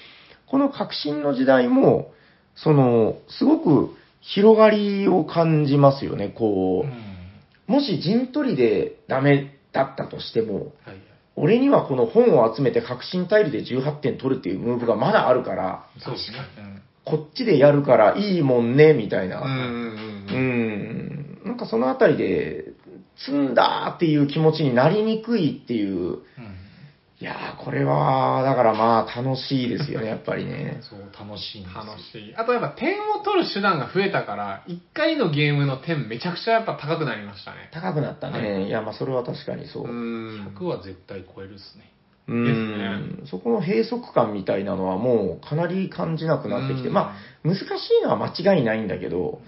B: この革新の時代も、その、すごく広がりを感じますよね、こう。もし陣取りでダメだったとしても、
A: はい、
B: 俺にはこの本を集めて革新タイルで18点取るっていうムーブがまだあるから、
A: そうですね。うん
B: こっちでやるからいいもんね、みたいうな。う
C: んうんうん。
B: ん。なんかそのあたりで、積んだっていう気持ちになりにくいっていう。いやー、これは、だからまあ楽しいですよね、 やっぱり
A: う
B: ね
A: ん、。そう楽しいんですよ
C: 楽しい。あとやっぱ点を取る手段が増えたから、1回のゲームの点めちゃくちゃやっぱ高くなりましたね。
B: 高くなったね。い、や、まあそれは確かにそうう。
C: ん。
A: 100は絶対超えるですね。
B: う
C: です
B: ん。そこの閉塞感みたいなのはもうかなり感じなくなってきて、
C: うん
B: まあ難しいのは間違いないんだけど、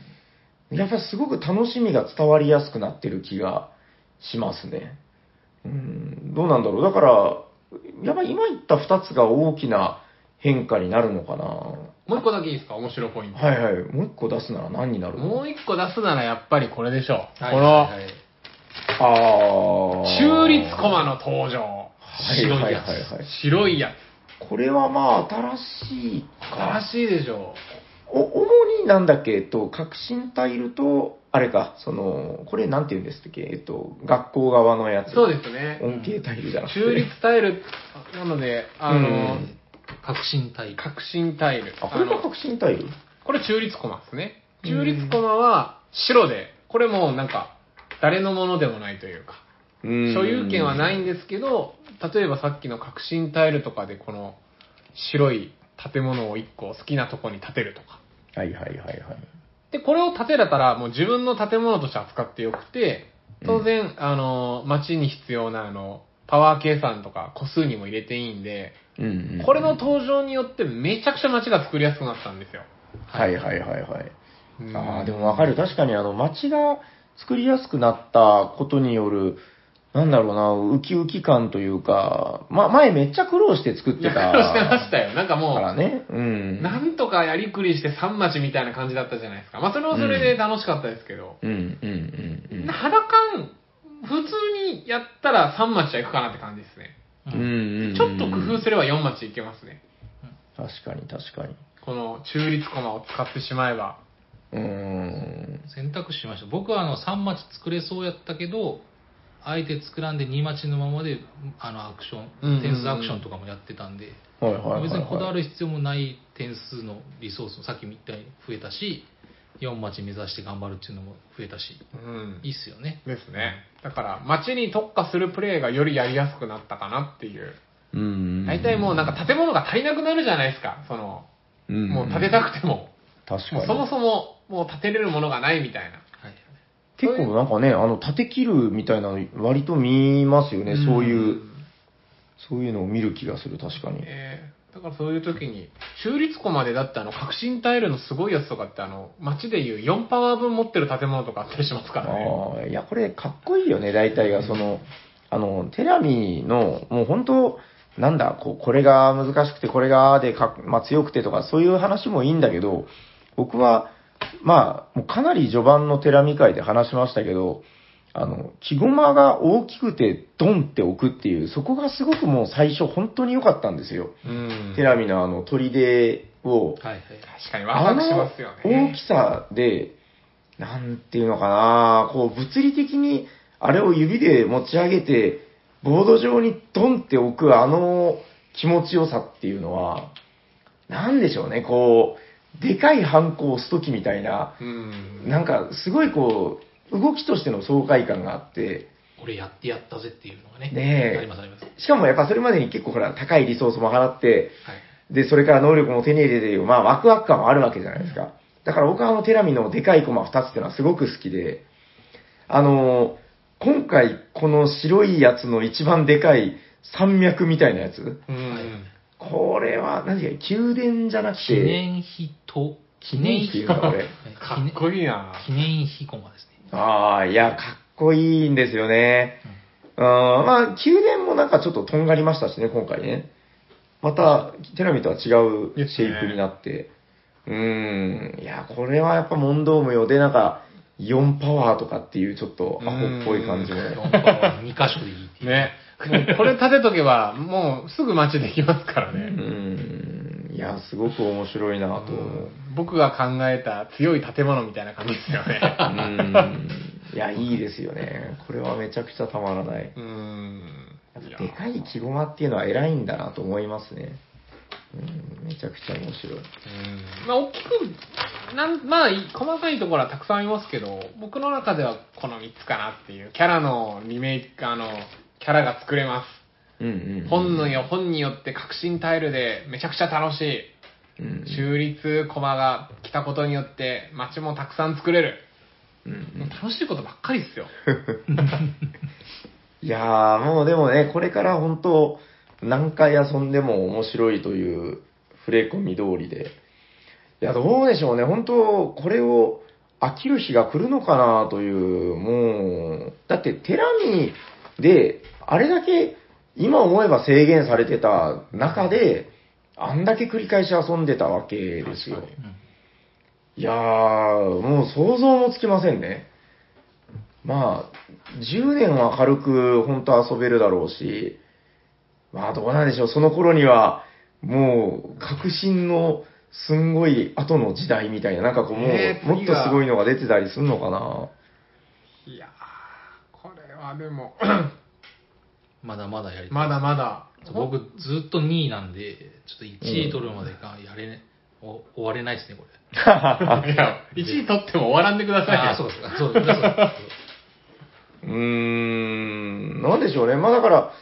B: やっぱすごく楽しみが伝わりやすくなってる気がしますね。うん、どうなんだろう。だから、やっぱ今言った2つが大きな変化になるのかな。
C: もう1個だけいいですか面白いポイント。
B: はいはい。もう1個出すなら何になるの
C: もう1個出すならやっぱりこれでしょう。
A: はい
C: この
A: はいはい
B: ああ。
C: 中立駒の登場。
B: はいはいはいはい。
C: 白いや
B: これはまあ新しい
C: つ。
B: か。
C: 正しいでしょ
B: お主になんだっけ、えっと、革新タイルと、あれか、その、これなんて言うんですっけ、えっと、学校側のや
C: う。
B: つ。
C: そうですね。
B: 恩恵タイルじゃなくて。
C: 中立タイルなので、あの、
B: うん
A: 革新タイル。
C: 革新タイル。
B: あ、これ
C: あ
B: が
C: の
B: 革新タイル
C: これ中立駒ですね。
B: うん。
C: 中立駒は白で、これもうなんか、誰のものでもないというか、所有権はないいんですけど、例えばさっきの革新タイルとかでこの白い建物を1個好きなとこに建てるとか。
B: はいはいはいはい。
C: で、これを建てれたら、もう自分の建物として扱ってよくて、当然、あの、街に必要な、あの、パワー計算とか個数にも入れていいんで、
B: うん、
C: これの、登場によってめちゃくちゃ街が作りやすくなったんですよ。
B: はいはいはいはい。
C: うん
B: ああ、でもわかる。確かにあの、街が作りやすくなったことによる、なんだろうな、ウキウキ感というか、ま、前めっちゃ苦労して作って
C: い
B: た。
C: や 苦労してましたよ。なんか
B: か
C: も
B: らね。うん。
C: う、なんとかやりくりして三町みたいな感じだったじゃないですか。まあ、それはそれで楽しかったですけど、
B: うんうんうんうん。
C: 肌感、普通にやったら三町は行くかなって感じですね。
B: うんうんうん
C: ちょっと工夫すれば四町行けますね。
B: 確確かに確かに。
C: この中立駒を使ってしまえば。
B: うーん。
A: 選択肢しました。僕はあの3マチ作れそうやったけど、あえて作らんで2マチのままで、あのアクシ
C: うん
A: ョン、
C: うんうん
A: 点数アクションとかもやってたんで、
B: はいはいはい、はい。
A: 別にこだわる必要もない点数のリソースもさっきみたいに増えたし、4マチ目指して頑張るっていうのも増えたし、
C: うん
A: いいっすよね。
C: ですね。だから、街に特化するプレイがよりやりやすくなったかなっていう。
B: うんうんうん。
C: 大体もうなんか建物が足りなくなるじゃないですか。その、
B: うんうん、
C: もう建てたくても。
B: 確か
C: もう
B: に。
C: そもそも、もう建てれるものがないみたいな。
A: はい。
B: 結構なんかね、あの、立て切るみたいなの、割と見ますよね、そういう、そういうのを見る気がする、確かに。
C: えーだからそういう時に、中立庫までだってあの、革新タイルのすごいやつとかってあの、街でいう4パワー分持ってる建物とかあったりしますからね。
B: ああ、いや、これ、かっこいいよね、大体が、その、あの、テラミの、もう本当、なんだ、こう、これが難しくて、これが、で、かまあ、強くてとか、そういう話もいいんだけど、僕は、まあ、もうかなり序盤のテラミ会で話しましたけど、あの、木駒が大きくて、ドンって置くっていう、そこがすごくもう最初、本当に良かったんですよ。
C: うん
B: テラミのあの、砦を、
A: はいはい。
C: 確かにワクワクしますよ
B: あの
C: ね。
B: 大きさで、なんていうのかな、こう物理的にあれを指で持ち上げて、ボード上にドンって置くあの気持ちよさっていうのは、なんでしょうね、こう、でかいハンコを押すときみたいな、
C: うん。
B: なんかすごいこう、動きとしての爽快感があって、
A: 俺やってやったぜっていうのがね。
B: ねえ
A: ありますあります。はい。
B: しかもやっぱそれまでに結構ほら、高いリソースも払って、で、それから能力も手に入れてる、まあ、ワクワク感もあるわけじゃないですか。だから僕はあの、テラミのでかいコマ2つっていうのはすごく好きで、あのー今回この白いやつの一番でかい山脈みたいなやつ、
C: うん
A: はい
B: これは、何で宮殿じゃなくて、
A: 記念碑と、記念碑
B: 記念碑かこれ
A: はい
C: かっこいいな
A: 記念碑コマですね。
B: ああ、いや、かっこいいんですよね。うん、まあ、宮殿もなんかちょっととんがりましたしね、今回ね。また、テラミとは違うシェイプになって。うーん、いや、これはやっぱ問答無用で、なんか、4パワーとかっていうちょっとアホっぽい感じも。
A: 4番は2箇所でいいっていう。
C: ね。もうこれ立てとけば、もうすぐ街できますから
B: う
C: ね。
B: ーん、いや、すごく面白いなと思 う。
C: 僕が考えた強い建物みたいな感じですよ
B: う
C: ね。
B: ん、いや、いいですよね。これはめちゃくちゃたまらない。
C: うん。いや
B: でかい木駒っていうのは偉いんだなと思いますね。うん、めちゃくちゃ面白い。
C: うんまあ、大きく、なんまあ、い細かいところはたくさんありますけど、僕の中ではこの3つかなっていう、キャラのリメイク、あの、キャラが作れま
B: うんうん、
C: す。本のよ、本によって革新タイルでめちゃくちゃ楽しい。
B: うん
C: 中立駒が来たことによって街もたくさん作れる。
B: うんうん
C: 楽しいことばっかりですよ。
B: いやー、もうでもね、これから本当、何回遊んでも面白いという触れ込み通りで。いや、どうでしょうね。本当、これを飽きる日が来るのかなという、もう、だってテラミで、あれだけ今思えば制限されてた中で、あんだけ繰り返し遊んでたわけですよ
C: 確か。に
B: いやー、もう想像もつきませんね。まあ、10年は軽く本当遊べるだろうし、まあどうなんでしょう、その頃には、もう、革新のすんごい後の時代みたいな、なんかこう、もう、
C: ねえ
B: もっ
C: 次
B: と
C: が
B: すごいのが出てたりするのかない
C: やー、これはで も、
A: まだまだやりたい。
C: まだまだ。
A: 僕ずっと2位なんで、ちょっと1位取るまでがやれ、ねお終われないですね、これ。
C: いや、1位取っても終わらんでくださいよ。
A: ああ、そうですか。そうですそう です
B: うーん、なんでしょうね。まあだから、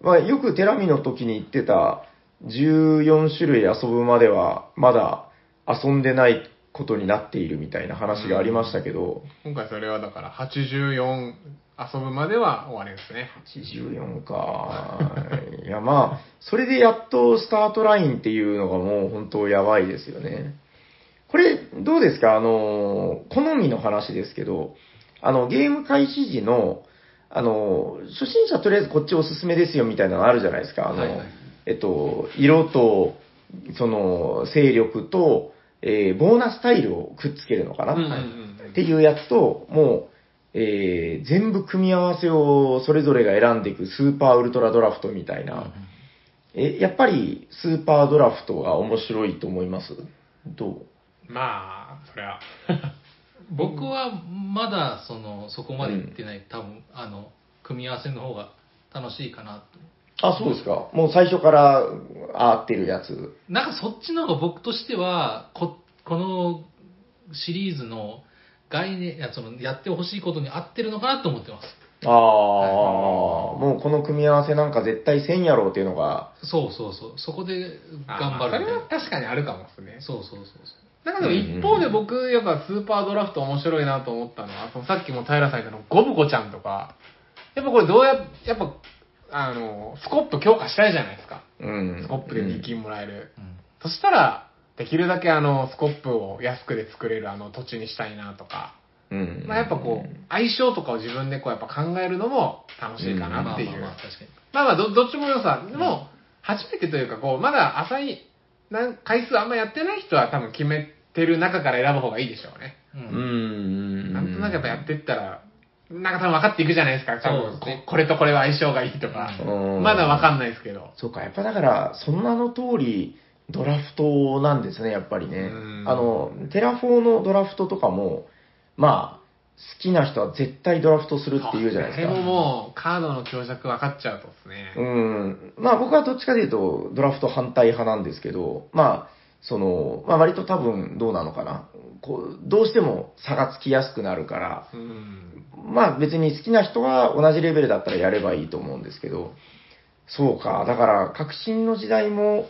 B: まあよくテラミの時に言ってた、14種類遊ぶまでは、まだ遊んでないことになっているみたいな話がありましたけど、
C: 今回それはだから84遊ぶまでは終わりですね。
B: 84か。いやまあ、それでやっとスタートラインっていうのがもう本当やばいですよね。これ、どうですかあの、好みの話ですけど、あの、ゲーム開始時の、あの、初心者とりあえずこっちおすすめですよみたいなのあるじゃないですか。あの、
A: はいはい
B: えっと、色と、その、勢力と、えーボーナスタイルをくっつけるのかな、
C: うんうんうん
B: っていうやつと、もう、えー全部組み合わせをそれぞれが選んでいくスーパーウルトラドラフトみたいな、え、やっぱりスーパードラフトが面白いと思いますどう
C: まあ、そりゃ。
A: 僕はまだそのそこまで行ってない、多分あの組み合わせの方が楽しいかなと
B: あ、そうですか。もう最初から合ってるやつ。
A: なんかそっちの方が僕としてはここのシリーズの概念いやそのやってほしいことに合ってるのかなと思ってま
B: ああ、もうこの組み合わせなんか絶対せんやろうっていうのが、
A: すそうそうそうそこで頑
C: あま
A: 張
C: あそ
A: るみ
C: れ
A: たいな
C: は確かにあるかもですね。
A: そうそうそうそ
C: だけど一方で僕、やっぱスーパードラフト面白いなと思ったのは、そのさっきも平さん言ったの、ゴブゴちゃんとか、やっぱこれどうや、やっぱ、あの、スコップ強化したいじゃないですか。
B: うん。
C: スコップで2金もらえる。
A: う、うん
C: そしたら、できるだけあの、スコップを安くで作れるあの土地にしたいなとか、
B: うん。
C: まあやっぱこう、相性とかを自分でこうやっぱ考えるのも楽しい
A: ま
C: かな
A: あ
C: っ
A: まあ
C: ていう。
A: まあ確かに
C: まあまあど、どっちも良さ。でも、初めてというか、こう、まだ浅い、なん回数あんまやってない人は多分決めてる中から選ぶ方がいいでしょうね。
A: う
B: うん、うんん。
C: なんとなくやっぱやってったら、なんか多分分かっていくじゃないですか。多
A: そう
C: 分
A: です
C: こ
A: ね
C: これとこれは相性がいいとか。
B: うん
C: まだ分かんないですけど。
B: そうか、やっぱだから、その名の通り、ドラフトなんですね、やっぱりね
C: うん。
B: あの、テラフォーのドラフトとかも、まあ、好きな人は絶対ドラフトするって言うじゃないです
C: これも
B: か。
C: もう、カードの強弱分かっちゃうとですね。
B: うん。まあ僕はどっちかというと、ドラフト反対派なんですけど、まあ、その、まあ割と多分どうなのかな。こう、どうしても差がつきやすくなるから、
C: うん。
B: まあ別に好きな人が同じレベルだったらやればいいと思うんですけど、そうか、だから革新の時代も、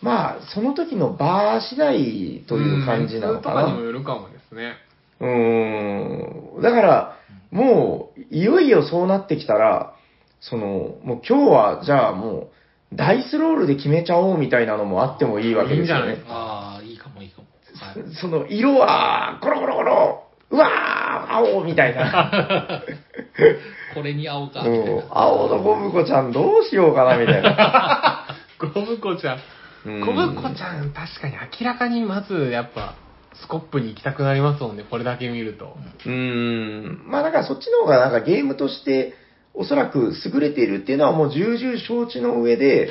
B: まあその時の場次第という感じなのか
C: うんそれとかにも
B: な。
C: よるかもですね。
B: うーん。だから、もういよいよそうなってきたら、その、もう今日はじゃあもうダイスロールで決めちゃおうみたいなのもあってもいいわけですよ
C: いいんじゃない
B: ね
C: です。
A: ああいいかもいいかも、はい、
B: その色は、コロコロコロ、うわー、青みたいな。
A: これに合おうかみたい
B: うん
A: な、
B: 青のゴブコちゃんどうしようかなみたい な。
C: ゴブコちゃん。
B: うん
C: コブコちゃん、確かに明らかにまず、やっぱ、スコップに行きたくなりますもんね、これだけ見ると。
B: うん。まあなんかそっちの方がなんかゲームとしておそらく優れているっていうのはもう重々承知の上で、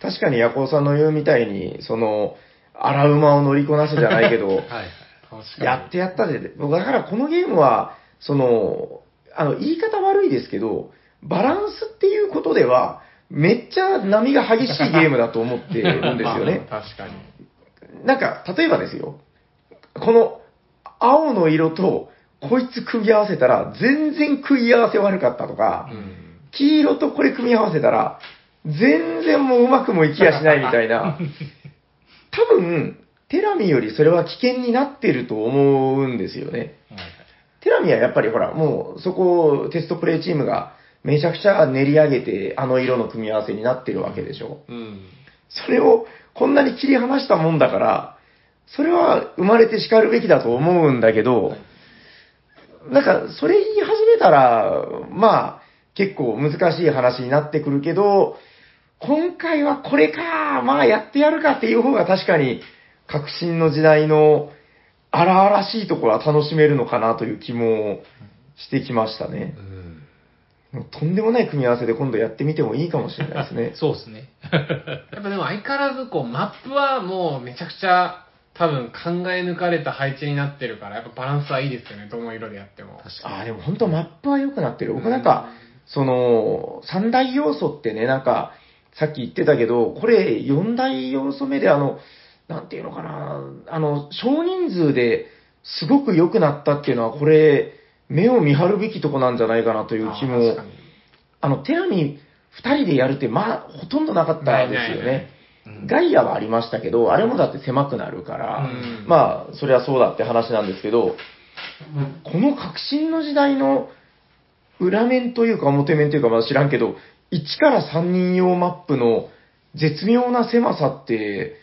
B: 確かにヤコウさんの言うみたいに、その、荒馬を乗りこなすじゃないけ ど、
A: はいはい
C: 確かに。
B: やってやったで、僕だからこのゲームは、その、あの、言い方悪いですけど、バランスっていうことでは、めっちゃ波が激しいゲームだと思ってるんですよね。
C: まあ確かに。
B: なんか、例えばですよ。この、青の色と、こいつ組み合わせたら、全然組み合わせ悪かったとか、
C: うん。
B: 黄色とこれ組み合わせたら、全然もううまくもいきやしないみたいな。多分、テラミよりそれは危険になってると思うんですよね。
A: はいはい
B: テラミはやっぱりほら、もうそこをテストプレイチームがめちゃくちゃ練り上げて、あの色の組み合わせになってるわけでしょ。
C: うん。
B: それをこんなに切り離したもんだから、それは生まれて叱るべきだと思うんだけど、
A: はい。
B: なんか、それ言い始めたら、まあ、結構難しい話になってくるけど、今回はこれか、まあやってやるかっていう方が確かに、革新の時代の荒々しいところは楽しめるのかなという気もしてきましたね。とんでもない組み合わせで今度やってみてもいいかもしれないですね
A: そうですね
C: やっぱでも相変わらずこう、マップはもうめちゃくちゃ、多分考え抜かれた配置になってるから、やっぱバランスはいいですよね、どの色でやっても。
A: 確
B: あ
A: か
B: あ、
A: に
B: でも本当マップは良くなってる。僕なんか、その、三大要素ってね、なんか、さっき言ってたけど、これ、四大要素目で、あの、なんていうのかな、あの、少人数ですごく良くなったっていうのは、これ、目を見張るべきとこなんじゃないかなと
C: と
B: いう気も、あの、テラミ二人でやるって、まあ、ほとんどなかったですよね。
C: ない
A: うん
B: ガイアはありましたけど、あれもだって狭くなるから、
C: うん
B: まあ、そりゃそうだって話なんですけど、この革新の時代の裏面というか表面というかまだ知らんけど、1から3人用マップの絶妙な狭さって、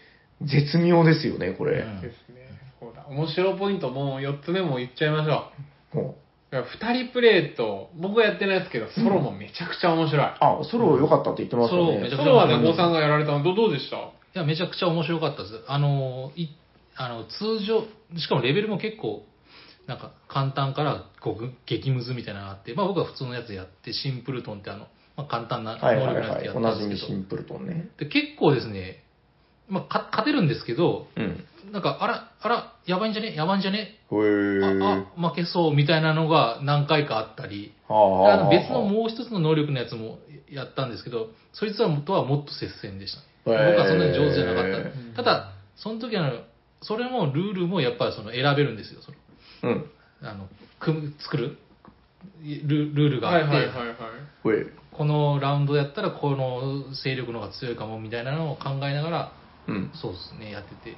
B: 絶妙ですよね、こ
A: う
B: れ。
A: ん
C: ですね。そうだ。面白ポイントもう4つ目も言っちゃいましょ
B: もう
C: う。2人プレイと、僕はやってないですけど、ソロもめちゃくちゃ面白い。
B: あ、ソロ良かったって言ってまし
A: ソ
B: た
A: ロめちゃく
B: ね。
C: ソ
A: ちゃ面白い
C: ロはね、郷さんがやられたの、どどうでした
A: いや、めちゃくちゃ面白かったです。あの、いあの通常、しかもレベルも結構、なんか簡単からこう激ムズみたいなのがあって、まあ僕は普通のやつやって、シンプルトンってあの、まあ、簡単な
B: はいは
A: 能
B: い
A: 力のや
B: は
A: つ
B: い。
A: やっ
B: お
A: た
B: なんじ
A: で
B: み
A: す
B: シ
A: けど、
B: ンプルトンね。
A: で結構ですね、まあ、か勝てるんですけど、
B: うん。
A: なんか、あら、あら、やばいんじゃねやばいんじゃね
B: へぇ
A: あ、あ、負けそうみたいなのが何回かあったり、
B: はあは
A: あ
B: あは
A: の
B: あ
A: 別のもう一つの能力のやつもやったんですけど、そいつはとはもっと接戦でした。僕はそんなに上手じゃなかっ
B: へ
A: た。ただ、その時あの、それもルールもやっぱりその選べるんですよ。その
B: うん。
A: あの組む作るルルールが
C: はい
A: あって、
C: はいはいはい。
B: ほえ。
A: このラウンドやったらこの勢力の方が強いかもみたいなのを考えながら、
B: うん。
A: そうですね、やってて。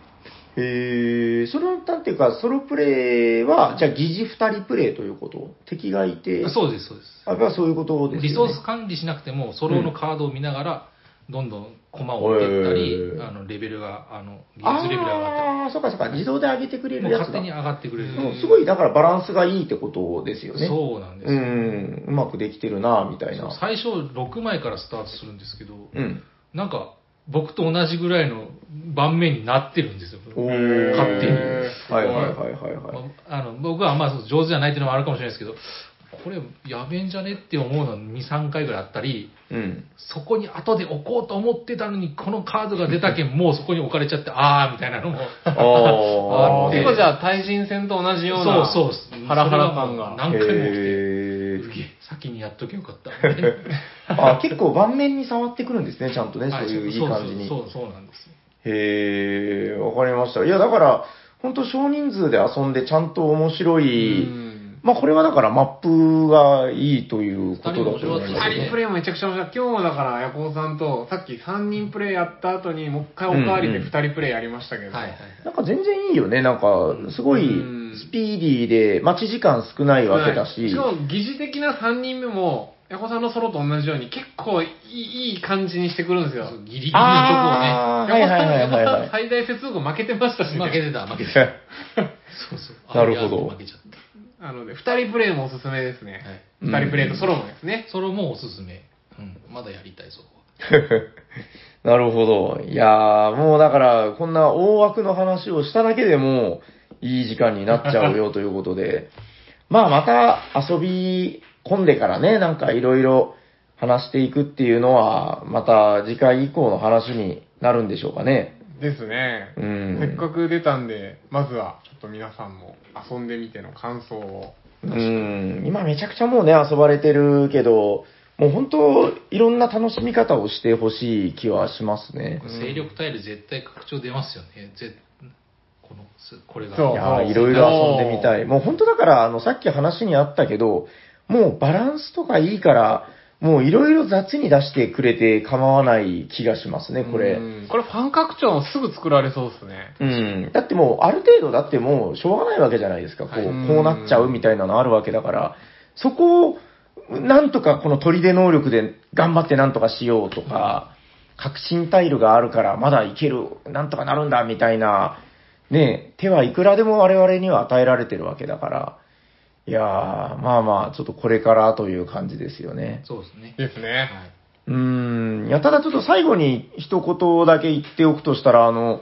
B: へえ、その、なんていうか、ソロプレイは、じゃあ疑似二人プレイということ敵がいて、
A: そうです、そうです。
B: あ、まあそういうことですよね。
A: リソース管理しなくても、ソロのカードを見ながら、どんどん駒を置いていったり、
B: へー
A: あのレベルが、あの技術レベルが上がっ
B: ああー、そうかそうか、自動で上げてくれ
A: て、も
B: る
A: う
B: やつ
A: 勝
B: だ。
A: 手に上がってくれる。
B: うん、すごい、だからバランスがいいってことですよね。
A: そうなんです
B: う
A: よ、
B: ん、うまくできてるな、みたい
A: そう
B: な。
A: 最初6枚からスタートするんですけど、
B: うん。
A: なんか、僕と同じぐらいの盤面になってるんですよ。
B: お
C: へ
B: ー
C: ー
A: 勝手に
B: はいはいはいはいはい。
A: まああの僕はあんまあ上手じゃないっていうのもあるかもしれないですけど、これやべえんじゃねって思うの2、3回ぐらいあったり、
B: うん。
A: そこに後で置こうと思ってたのに、このカードが出たけん、もうそこに置かれちゃって、あーみたいなのも。
B: あ
C: あ
B: あ
C: ー。結構じゃあ対人戦と同じような
A: そうそうそう
C: ハラハラ感
A: それはもう
C: が。
A: 何回も起きて、
B: へー
A: すげえ先にやっとけよかった。
B: あ結構盤面に触ってくるんですね、ちゃんとね、そういういい感じに。
A: そうそうそうそうなんですよ。
B: へえ、わかりました。いや、だから、本当少人数で遊んで、ちゃんと面白い、
C: うん
B: まあ、これはだからマップがいいということだと思い
A: 二人面白か
B: ますけど
A: ったです
C: 二人
B: ね
A: ね
C: プ。レイめちゃくちゃ面白い。今日だから、ヤコウさんと、さっき3人プレイやった後に、もう一回おかわりで
B: うんうん
C: 2人プレイやりましたけど。
A: はいはい。
B: なんか全然いいよね、なんか、すごい
C: うん
B: スピーディーで、待ち時間少ないわけだ
C: はい
B: し
C: し、かも疑似的な3人目も、ヤコウさんのソロと同じように、結構いいいい感じにしてくるんですよ。
A: ギリギリのとこを
B: あーはいはいはい
C: ヤコウ
B: はい
C: さん
B: は
C: ヤコウさん
B: い。
C: 最大接続負けてましたし、ね、
A: ね、負けてた、負けてた。 そうそう。
B: なるほど
A: あのやつに負けちゃった。
C: なので、2人プレイもおすすめですね。
A: はい
C: 二2人プレイとソロもですね。
A: それもおすすめ。うん、まだやりたい、そこは。
B: なるほど。いやー、もうだから、こんな大枠の話をしただけでも、いい時間になっちゃう よということで、まあまた遊び込んでからね、なんかいろいろ話していくっていうのは、また次回以降の話になるんでしょうかね。
C: ですね。
B: う
C: せっ
B: ん。
C: かく出たんで、まずは、ちょっと皆さんも遊んでみての感想を。
B: うん、今めちゃくちゃもうね、遊ばれてるけど、もう本当、いろんな楽しみ方をしてほしい気はしますね。
C: ん
A: 勢力タイル絶対拡張出ますよね。ぜこの、すこれが。
C: そう
B: いやー
C: そう
B: いろいろ遊んでみたい。もう本当だから、あの、さっき話にあったけど、もうバランスとかいいから、もういろいろ雑に出してくれて構わない気がしますね、これ。う
C: う
B: ん。
C: んこれファン拡張もすぐ作られそうですね。
B: だってもう、ある程度だってもう、しょうがないわけじゃないですか。こう、
A: はい
B: こうなっちゃうみたいなのあるわけだから、そこを、なんとかこの砦能力で頑張ってなんとかしようとか、革新タイルがあるからまだいける、なんとかなるんだみたいな、ね、手はいくらでも我々には与えられてるわけだから、いやー、まあまあ、ちょっとこれからという感じですよね。
A: そうですね。
C: ですね。
A: はい。
B: うーん、いや、ただちょっと最後に一言だけ言っておくとしたら、あの、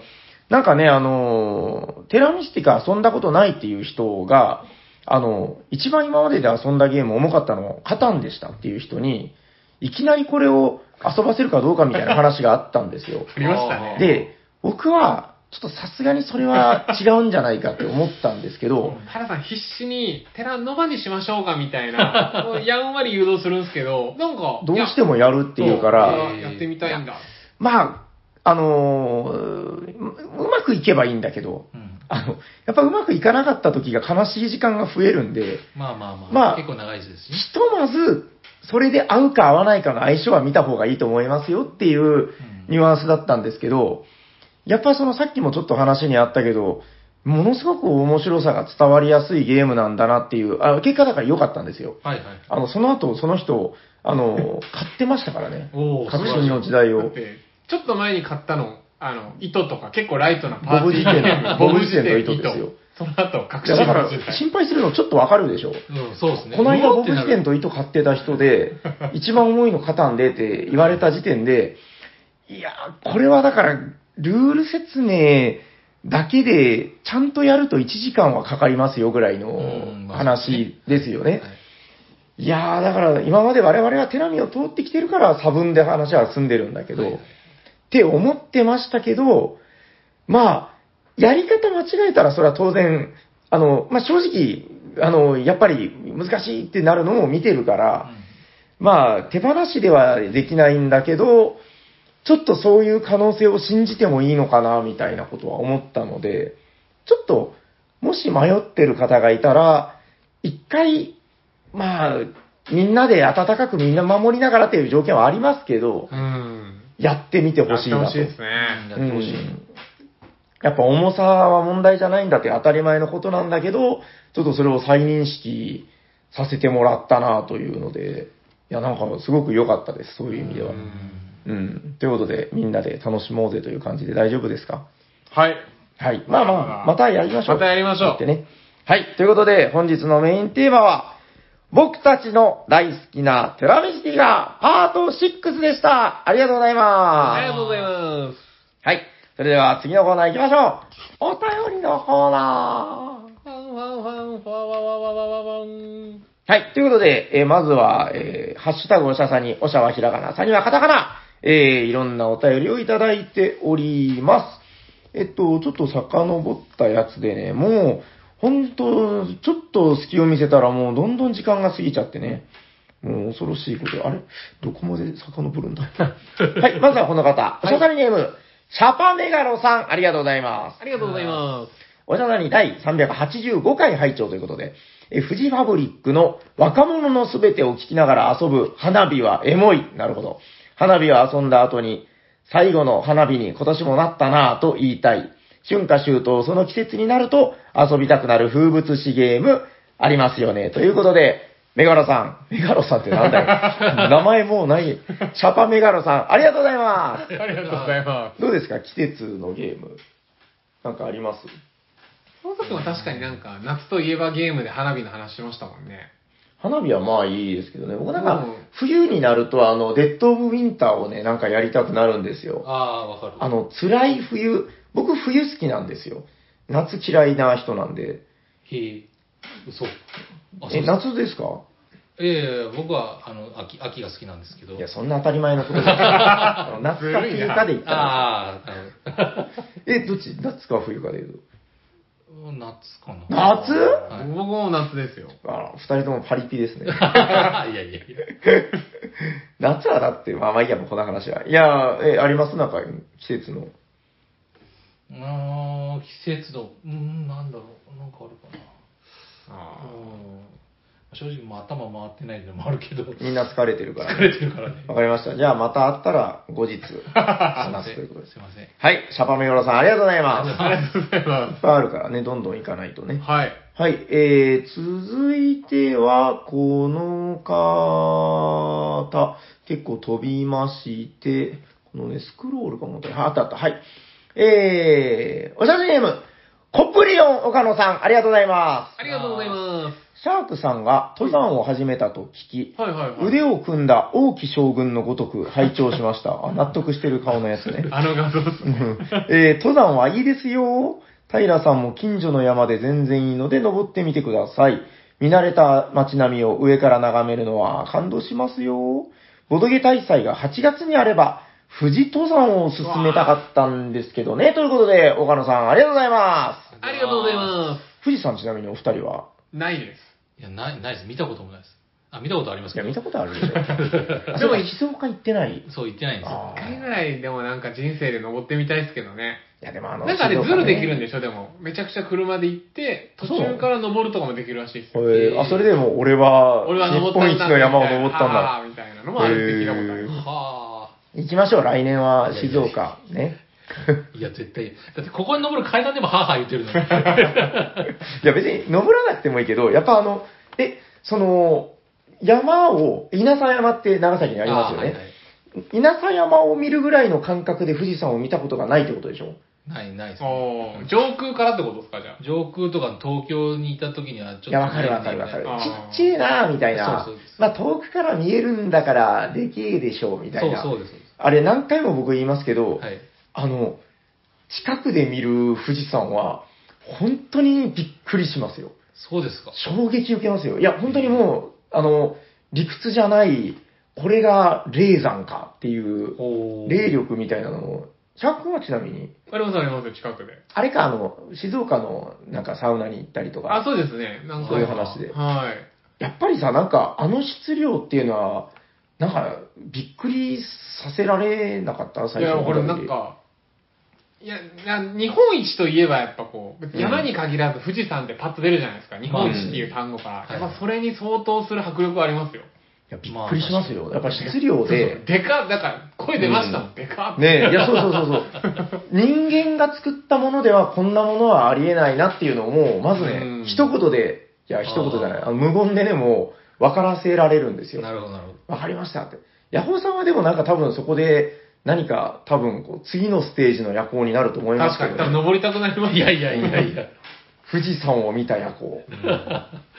B: なんかね、あの、テラミスティカ遊んだことないっていう人が、あの、一番今までで遊んだゲーム重かったのは、カタンでしたっていう人に、いきなりこれを遊ばせるかどうかみたいな話があったんですよ。
C: ありましたね。
B: で、僕は、ちょっとさすがにそれは違うんじゃないかって思ったんですけど、
C: 原さん必死に、寺ノバにしましょうかみた いな、こうやんわり誘導するんですけど、なんか、
B: どうして
C: も
B: もやるっていうから、
C: やってみたいんだ。
B: まあ、あのーううまくいけばいいんだけど、
A: うん。
B: あの、やっぱうまくいかなかった時が悲しい時間が増えるんで、
A: まあまあまあ、
B: まあ
A: 結構長いですし
B: ひ。とまず、それで合うか合わないかの相性は見た方がいいと思いますよっていう
A: うん
B: ニュアンスだったんですけど、やっぱそのさっきもちょっと話にあったけど、ものすごく面白さが伝わりやすいゲームなんだなっていう、あ結果だから良かったんですよ。
A: はいはい。
B: あの、その後、その人、あの、買ってましたからね。
A: おお、
B: 革
A: 素晴
B: 新
A: らし
B: の時代
C: だ
B: を
C: っ。て、ちょっと前に買ったの、あの、糸とか結構ライトな
B: ボ
C: パー
B: ブ
C: ティ
B: 辞
C: ーゲ
B: 典
C: ーム
B: の、ボブ辞典の糸ですよ。
C: その後、隠
B: い
C: し
B: や、
C: 味
B: だから
C: 時、代。
B: 心配するのちょっとわかるでしょ。
A: い。うん、そうですね。
B: この間、
A: うお
B: ボ
A: っ
B: ブ
A: て
B: 辞
A: なる
B: 典と糸買ってた 人で、一番重いのカタンでって言われた時点で、いやー、これはだから、ルール説明だけで、ちゃんとやると1時間はかかりますよぐらいの
A: うんまあ
B: 話ですよね。
A: はい
B: いやー、だから今まで我々は手並みを通ってきてるから差分で話は済んでるんだけど、
A: はい
B: って思ってましたけど、まあ、やり方間違えたらそれは当然、あの、まあ正直、あの、やっぱり難しいってなるのも見てるから、まあ手放しではできないんだけど、ちょっとそういう可能性を信じてもいいのかな、みたいなことは思ったので、ちょっと、もし迷ってる方がいたら、一回、まあ、みんなで温かくみんな守りながらという条件はありますけど、
D: うん。
B: やってみてほしい
D: やってほ
B: な
D: し
B: と。
D: いです
A: うん
D: ね。
A: やっ
B: う
A: てほしい
B: んやっぱ重さは問題じゃないんだって当たり前のことなんだけど、ちょっとそれを再認識させてもらったなというので、いや、なんかすごく良かったです、そういう意味では。うん。ということで、みんなで楽しもうぜという感じで大丈夫ですか
C: はい。
B: はい。まあまあ、またやりましょう。
C: またやりましょう
B: ってね。はい。ということで、本日のメインテーマは、僕たちの大好きなテラミシティがパート6でした。ありがとうございます。
C: ありがとうございます。
B: はい。それでは次のコーナー行きましょう。お便りのコーナー。
C: ファンファンファンファワワワワワワン。
B: はい。ということで、えーまずは、えーハッシュタグおしゃさんに、おしゃはひらがな、さんにはカタカナ、えーいろんなお便りをいただいております。えっと、ちょっと遡ったやつでね、もう、ほんと、ちょっと隙を見せたらもうどんどん時間が過ぎちゃってね、もう恐ろしいこと、あれどこまで遡るんだはい。まずはこの方、おしゃさんにネーム、シャパメガロさん、ありがとうございます。
C: ありがとうございます。
B: おじゃなに第385回拝聴ということで、え富士ファブリックの若者のすべてを聞きながら遊ぶ花火はエモい。なるほど。花火は遊んだ後に、最後の花火に今年もなったなぁと言いたい。春夏秋冬、その季節になると遊びたくなる風物詩ゲームありますよね。ということで、メガロさん。メガロさんってなんだよ。名前もうない。シャパメガロさん、ありがとうございま。
C: ありがとうございます
B: どうですか季節のゲーム。なんかあります
C: す。この時も確かになんか、夏といえばゲームで花火の話しましたもんね。
B: 花火はまあいいですけどね。僕なん
C: う
B: か
C: ん、
B: 冬になると、あの、デッド・オブ・ウィンターをね、なんかやりたくなるんですよ。
A: ああ、わかる。
B: あの、辛い冬、僕冬好きなんですよ。夏嫌いな人なんで。
A: へえ、嘘。あ、そう
B: え、
A: です
B: 夏ですか
A: ええ僕は、あの、秋、秋が好きなんですけど。
B: いや、そんな当たり前のことじゃないあの夏か冬かで言ったら。
A: ああ、なる
B: え、どっち夏か冬かで言うと。
A: ほど夏かな。
B: 夏
A: はい
C: 僕も夏ですよ。
B: あ二人ともパリピです ね。
A: いやいやいや。
B: 夏はだって、まあまあいいや、もうこの話は。いや、え、ありますなんか、季節の。
A: うーん、季節の、うーん、なんだろう、なんかあるかな。
C: あ
A: うん正直、もう頭回ってないのもあるけど、疲
B: みんな疲れてるから、
A: れてるからね。
B: わかりました。じゃあまた会ったら後日話すという ことです。
A: すいません。
B: はい、シャパメヨロさんありがとうございます。
C: ありがとうござい
B: い
C: ま
B: っぱいあるからね、どんどん行かないとね
C: す。。はい。
B: はい、えー、続いては、この方、結構飛びまして、このね、スクロールかもったああったあった、はい。えー、おしゃれネーム、コップリオン岡野さん、ありがとうございま。
C: ありがとうございます
B: シャークさんが登山を始めたと聞き、
C: す。はいはいはい。
B: 腕を組んだ王毅将軍のごとく拝聴しました。あ、納得してる顔のやつね。
C: あの画像です
B: う
C: ね。
B: んえー登山はいいですよ。平さんも近所の山で全然いいので登ってみてください。見慣れた街並みを上から眺めるのは感動しますよ。ボドゲ大祭が8月にあれば、富士登山を進めたかったんですけどね。ということで、岡野さんありがとうございます。
C: ありがとうございま
B: 富士山ちなみにお二人は
C: す。ないです。
A: いや、ない、ないです。見たこともないです。あ、見たことあります
B: い
A: け
B: や、
A: ど
B: 見。たことあ るでしょ。あ
C: で
B: そう
C: も
B: か静岡行ってない。
A: そう言ってないんですよ。
B: あ
C: 一
B: ー
C: 回ぐらいでもなんか人生で登ってみたいですけどね。
B: いや、でもあの、
C: なんかあれズ
B: 静岡ね
C: ルできるんでしょ、でも。めちゃくちゃ車で行って、途中から登るとかもできるらしいです。
B: えーあ、それでも俺は、
C: 俺は登
B: 日
C: ったん
B: 本
C: だ
B: 一の山を登ったんだ。
C: あーみたいなのもあるって聞いたことありま
A: は
B: 行きましょう、来年は静岡。ね。
A: あ。いや、絶対。だって、ここに登る階段でもハーハー言ってる のに。
B: いや別に登らなくてもいいけど、やっぱあの、え、その、山を、稲佐山って長崎にありますよね。
A: あーはいはい
B: 稲佐山を見るぐらいの感覚で富士山を見たことがないってことでしょ
A: ない、ないです
C: す。。おー上空からってことですか、じゃあ。
A: 上空とか東京にいた時にはちょっと、
B: いや、わかるわかるわかる。
C: あー
B: ちっちゃいなーみたいな。
A: そうそうです
B: まあ遠くから見えるんだから、でけえでしょうみたいな。
A: そうそうですそうです
B: あれ何回も僕言いますけど、
A: はい。
B: あの、近くで見る富士山は、本当にびっくりしますよ。
A: そうですか。
B: 衝撃受けますよ。いや、本当にもう、あの、理屈じゃない、これが霊山かっていう、
A: おー
B: 霊力みたいなのを、シャークはちなみに、
C: ありますあります、近くで。
B: あれか、あの、静岡のなんかサウナに行ったりと
C: あ、
B: か、
C: そうですね。なんか。
B: そういう話で。
C: はい。
B: やっぱりさ、なんかあの質量っていうのは、なんかびっくりさせられなかった
C: い
B: 最
C: や、
B: 初の
C: こ
B: 頃
C: れ
B: より
C: なんか、いや、な日本一といえばやっぱこう、別に山に限らず富士山ってパッと出るじゃないですか。日本一っていう単語から。
A: うん
C: やっぱそれに相当する迫力がありますよ。
B: いや、びっくりしますよ。やっぱ質量
C: そうそ
B: で
C: う、でかっ、だから声出ましたもん、でかっ。
B: ねえ、いや、そうそうそうそう。人間が作ったものではこんなものはありえないなっていうのをもう、まず
C: うん
B: ね、一言で、いや、一言じゃない、あの無言でね、もう分からせられるんですよ。
A: なるほど、なるほど。
B: わかりましたって。ヤホーさんはでもなんか多分そこで何か多分こう次のステージの夜行になると思いま
C: 確
B: すけ
C: かに、
B: ど、
C: 多分登りたくなります。
A: いやいやいやいや。
B: 富士山を見た夜行。
A: うん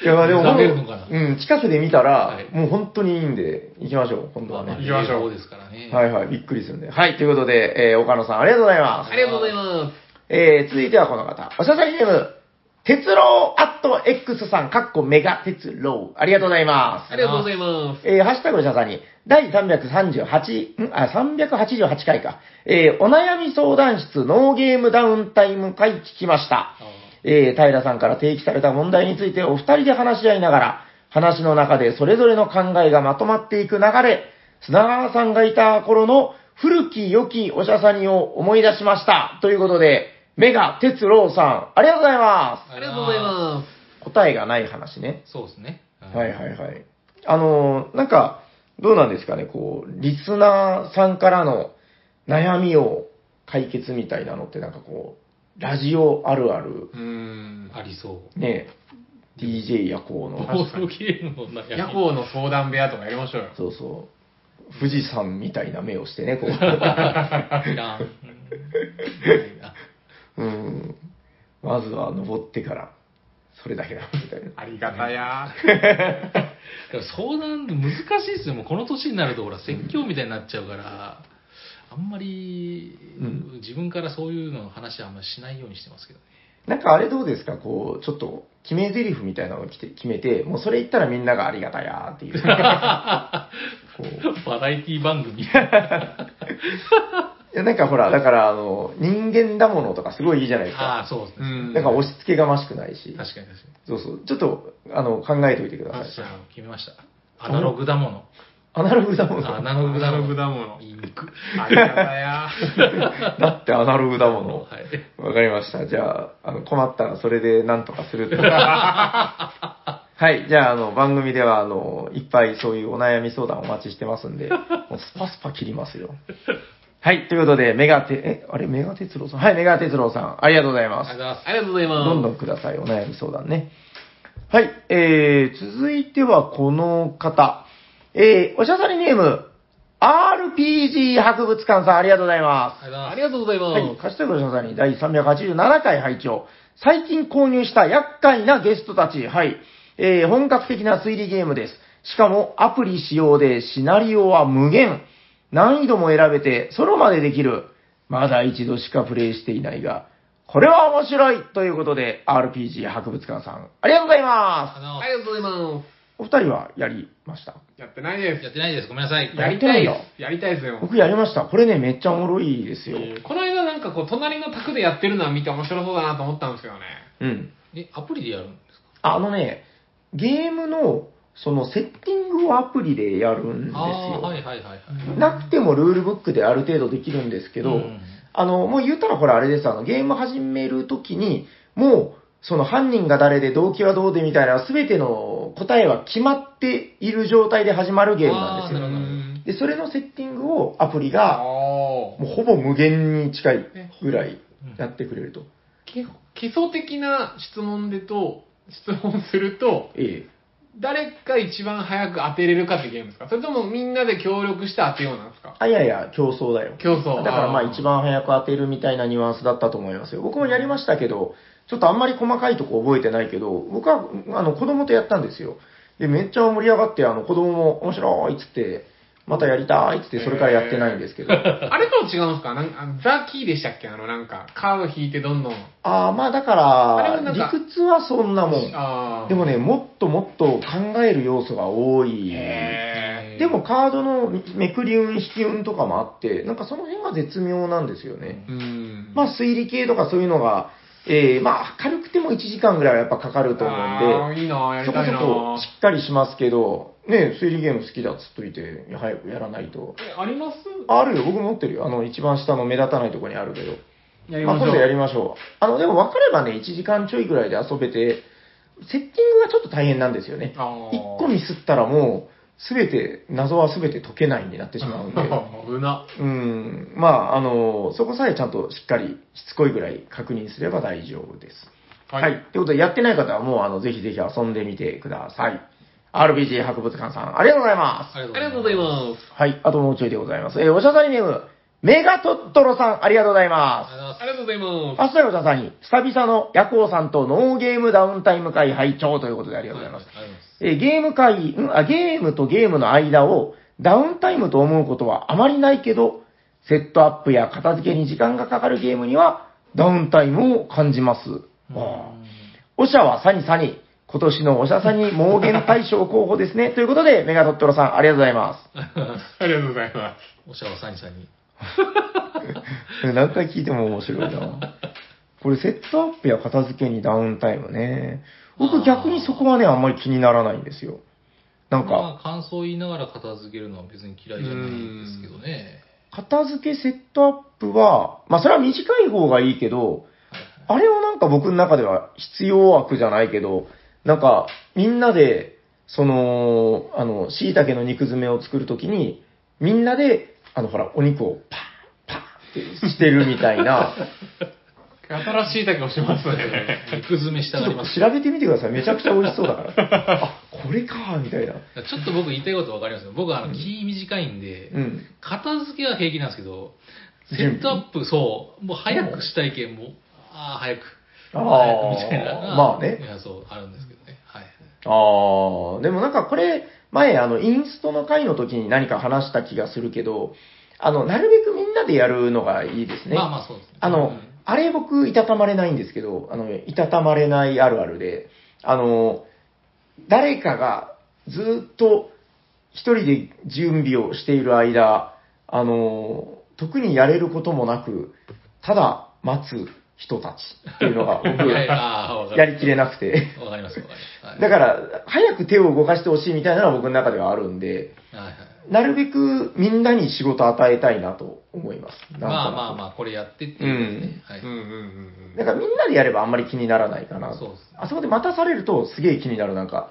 B: いや、でも、
A: ふざけるのかな
B: うん、近くで見たら、
A: はい
B: もう本当にいいんで、行きましょう、今度
A: まあ
B: は
A: まあ、
B: ね。
C: 行きましょう
A: 英語ですからね。
B: はいはい、びっくりするんで。はい、ということで、えー岡野さんありがとうございます
C: あ。りがとうございます。
B: えー、続いてはこの方。おしゃさりネーム、鉄郎アット X さん、かっこメガ鉄郎。ありがとうございま
C: ありがとうございます。
B: す。えー、ハッシュタグおしゃさに、第338、んあ、388回か。えー、お悩み相談室ノーゲームダウンタイム会聞きました。
A: あ
B: えー、平さんから提起された問題についてお二人で話し合いながら、話の中でそれぞれの考えがまとまっていく流れ、砂川さんがいた頃の古き良きおしゃさにを思い出しました。ということで、メガ哲郎さん、ありがとうございま。
A: ー
C: ありがとうございます
B: 答えがない話ね。
A: す。そうですね。
B: はい
A: い。
B: はいはい。あのーなんか、どうなんですかね、こう、リスナーさんからの悩みを解決みたいなのってなんかこう、ラジオあるある
C: す。うーん。
A: ありそう。
B: ねえ、DJ 夜行
A: ボ
B: の、
A: ー ドゲームの悩み
C: 夜行の相談部屋とかやりましょうよ。
B: そうそう、富士山みたいな目をしてね、こ う。
A: いらん。うん いらん
B: うん。まずは登ってから、それだけだ、みたいな。
C: ありがたや
A: でも相談難しいですよ。もうこの年になると、ほら、説教みたいになっちゃうから、あんまり、
B: うん
A: 自分からそういうの話はあんまりしないようにしてますけどね。
B: なんかあれどうですか、こう、ちょっと、決め台詞みたいなのをきて決めて、もうそれ言ったらみんながありがたやーっていう。こう
A: バラエティ番 組。
B: いやなんかほら、だから、あの、人間だものとかすごいいいじゃないですか。
A: ああ、そうです
C: う
A: ね。
C: ん。
B: なんか押し付けがましくないし。
A: 確かに確かに。
B: そうそう。ちょっと、あの、考えておいてください。
A: 私は決めました。アナログだもの。
B: アナログだもの。
A: アナログだ
C: アナロ
A: も
C: グ
A: の。
C: だもの
A: いい肉。
C: ありがたや
B: だってアナログだもの。
A: はい。
B: わかりました。じゃあ、あの困ったらそれで何とかするって。 はい。じゃあ、あの、番組では、あの、いっぱいそういうお悩み相談お待ちしてますんで、もうスパスパ切りますよ。はい。ということで、メガテ、え、あれ、メガ哲郎さんはい、メガ哲郎さん。ありがとうござい
A: あ
B: ま
A: りがとうご
B: す。
A: ざいます。
C: ありがとうございます。
B: どんどんください。お悩み相談ね。はい。えー、続いてはこの方。えー、おしゃさりネーム、RPG 博物館さん、ありがとうございます。
C: あ
A: あり
C: りがとうございます。
B: はい、貸してくださんに第387回拝聴最近購入した厄介なゲストたち、はい、えー本格的な推理ゲームです。しかもアプリ使用でシナリオは無限。難易度も選べてソロまでできる。まだ一度しかプレイしていないが、これは面白いということで、RPG 博物館さん、ありがとうございま
A: が
C: ありがとうございます。
B: す。お二人はやりました
C: やってないです
A: や。ってないです。ごめんなさい。
C: やりたいです。やりたいですよ。
B: 僕やりました。これね、めっちゃおもろいですよ。
C: この間なんかこう、隣の宅でやってるのは見て面白そうだなと思ったんですけどね。
B: うん。
A: え、アプリでやるんですか
B: あのね、ゲームの、そのセッティングをアプリでやるんです
A: ああ、は
B: よ。
A: いはいはいはい。
B: なくてもルールブックである程度できるんですけど、
A: うん
B: あの、もう言ったらほらあれです、あの、ゲーム始めるときに、もう、その犯人が誰で動機はどうでみたいな全ての答えは決まっている状態で始まるゲームなんです
A: あーなる
B: よ。
A: ほど
B: で、それのセッティングをアプリ
C: あ
B: が、
C: あ
B: もうほぼ無限に近いぐらい
A: うん
B: やってくれると。
C: 基基礎的な質問でと、質問すると、
B: ええ。
C: 誰が一番早く当てれるかってゲームですかそれともみんなで協力して当てようなんですか
B: あ、いやいや、競争だよ。
C: 競争。
B: だからまあ
C: ー
B: 一。番早く当てるみたいなニュアンスだったと思いますよ。僕もやりましたけど、ちょっとあんまり細かいとこ覚えてないけど、僕はあの子供とやったんですよ。で、めっちゃ盛り上がって、あの子供も面白いっつって、またやりたいって言って、それからやってないんですけど。
C: あれとは違うんですかなんかあのザ・キーでしたっけあの、なんか、カード引いてどんどん。
B: ああ、まあだか
C: あれは
B: ら
C: なんか、
B: 理屈はそんなもん。
C: ああ。
B: でもね、もっともっと考える要素が多い。
C: へー
B: でも、カードのめくり運、引き運とかもあって、なんかその辺は絶妙なんですよね。
C: うん。
B: まあ推理系とかそういうのが、えー、まあ軽くても1時間ぐらいはやっぱかかると思うん
C: あーいいなぁ、や
B: で、そ
C: りた
B: こ
C: い
B: そ
C: な
B: こ
C: ぁ
B: しっかりしますけど、ね、推理ゲーム好きだっつっといて、早くやらないと。
C: え、あります
B: あるよ、僕持ってるよ。あの、一番下の目立たないとこにあるけど。
C: やり
B: ま
C: ま
B: あ、
C: しょ
B: 今
C: う。
B: 度やりましょう。あの、でも分かればね、1時間ちょいぐらいで遊べて、セッティングがちょっと大変なんですよね。
C: あー
B: 1個ミスったらもう、すべて、謎はすべて解けないになってしまうんで。
C: 危な。
B: うん、まあ、あの、そこさえちゃんとしっかり、しつこいぐらい確認すれば大丈夫です。はい。と、い、うことで、やってない方はもう、あの、ぜひぜひ遊んでみてください。RPG 博物館さん、ありがとうございます。
A: あり
C: ありがとうございます。
B: はい。あともうちょいでございます。えーおしゃさりネーム、メガトットロさん、ありがとうございます。
C: ありがとうございます。
B: 明日よ、ダサに、久々の夜行さんとノーゲームダウンタイム会拝聴ということでありがとうございます。
A: ありがとうございます。
B: えーゲーム会、うんあ、ゲームとゲームの間をダウンタイムと思うことはあまりないけど、セットアップや片付けに時間がかかるゲームにはダウンタイムを感じます。あーおしゃはサニサニ、今年のおしゃさに盲言大賞候補ですね。ということで、メガドットロさん、ありがとうございます。
C: ありがとうございま
A: おしゃわさにさんに。
B: 何回聞いても面白いな。これセットアップや片付けにダウンタイムね。僕逆にそこはね、あんまり気にならないんですよ。なんか、
A: まあ、感想を言いながら片付けるのは別に嫌いじゃないんですけどね。
B: 片付けセットアップは、まあそれは短い方がいいけど、あれはなんか僕の中では必要悪じゃないけど、なんかみんなで、その、あの、椎茸の肉詰めを作るときに、みんなで、あのほら、お肉をパン、パンってしてるみたいな、
C: す。新しい竹をしますね。
A: 肉詰めし
B: ち
A: た
B: ょ
A: がり
B: っ
A: ます。
B: と調べてみてください。めちゃくちゃ美味しそうだから。あ、これか、みたいな。
A: ちょっと僕言いたいことわかりますよ。僕はあの、気短いんで、
B: うん。
A: 片付けは平気なんですけど、セ
B: 準備
A: ットアップ、そう、もう早くしたいけん、もう、ああ、早く。
B: あ
A: 早くみたいなの
B: あ、
A: が。
B: まあね
A: い。や、そう、あるんですけどね。はい。
B: ああ、でもなんかこれ、前、あの、インストの回の時に何か話した気がするけど、あの、なるべくみんなでやるのがいいですね。
A: まあまあ、そうですね。
B: あ
A: う
B: の
A: ん、
B: あれ僕、いたたまれないんですけど、あの、いたたまれないあるあるで、あの、誰かがずっと一人で準備をしている間、あの、特にやれることもなく、ただ待つ人たちっていうのが僕、
A: はいああ、わか
B: やりきれなくて。
A: る。わかります、わかります。はい
B: だから、早く手を動かしてほしいみたいなのは僕の中ではあるんで、
A: はいはい。
B: なるべくみんなに仕事与えたいなと思います。なんとなく
A: まあまあまあ、これやってっていうことですね。は
C: う
A: い
C: んう。んうんう
B: なんかみんなでやればあんまり気にならないかな。
A: そうですね
B: あそこで待たされるとすげえ気になる、なんか。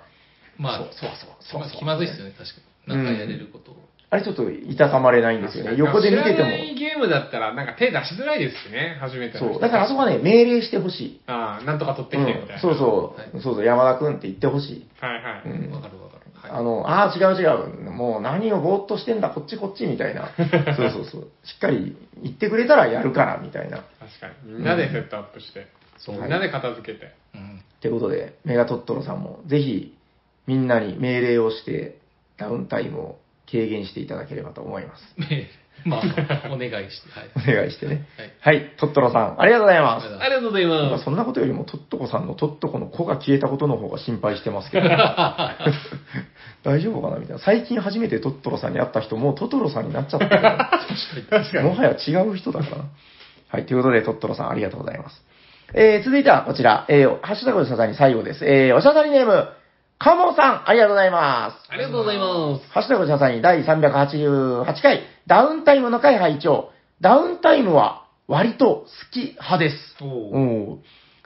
A: まあ、
B: そうそうそうそうそう
A: 気まずいですよね、確かに。なんかやれることを。
B: あれちょっといたたまれないん
C: ん。
B: ですよね。横で見て
C: 知
B: て
C: ら
B: も。
C: ないゲームだったら、なんか手出しづらいですしね、初めての人
B: そう。だからあそこはね、命令してほしい。
C: ああ、なんとか取って
B: う
C: きてみたいな。
B: ん、そうそ。
A: はいう
B: そうそう、山田くんって言ってほしい。
C: はいは
B: う
C: い。
A: わ
B: ん。
A: かるわかる。はい。
B: あの、ああ、違う違う。もう何をぼーっとしてんだ、こっちこっちみた いな。そうそうそう。しっかり言ってくれたらやるから、みたいな。
C: 確かに。みんなでセットアップして。
A: そう
C: みんなで片付けて。
A: うん
B: ってことで、メガトットロさんも、ぜひ、みんなに命令をして、ダウンタイムを軽減していただければと思います。
A: ねまあ、お願いして。はい。
B: お願いしてね。
A: はい
B: はい、トットロさん、ありがとうございます。
C: ありがとうござい
B: なん
C: ま
B: か
C: す。
B: そんなことよりも、トットコさんのトットコの子が消えたことの方が心配してます けど。大丈夫かなみたいな。最近初めてトットロさんに会った人、もうトトロさんになっちゃった から。もはや違う人だから。はい、ということで、トットロさんありがとうございます。えー、続いてはこちら、えー、ハッシュタグおしゃさに最後です。えー、おしゃさにネーム、カモさん、ありがとうございます。
C: ありがとうございます。
B: ハッシュタグ社さんに第388回、ダウンタイムの会拝聴ダウンタイムは割と好き派です。
A: おー
B: おー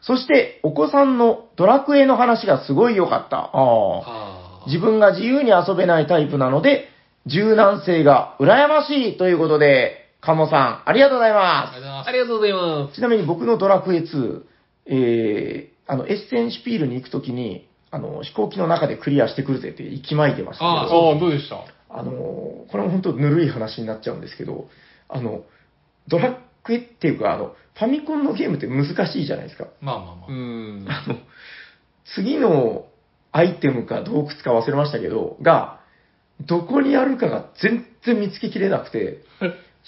B: そして、お子さんのドラクエの話がすごい良かった。あ
A: あ
B: ー
A: ー
B: 自分が自由に遊べないタイプなので、柔軟性が羨ましいということで、カモさん、ありがとうございます
A: あ。りがとうございます
C: ありがとうございま
B: ちなみに僕のドラクエ2、えー、あの、エッセンシュピールに行くときに、あの、飛行機の中でクリアしてくるぜって息巻いてましたけど、
A: あ
C: す。
A: そ
C: ああ、どうでした
B: あのー、これも本当ぬるい話になっちゃうんですけど、あの、ドラクエっていうか、あの、ファミコンのゲームって難しいじゃないですか。
A: まあまあま
C: う
A: あ。
C: ん。
B: あの、次のアイテムか洞窟か忘れましたけど、が、どこにあるかが全然見つけきれなくて、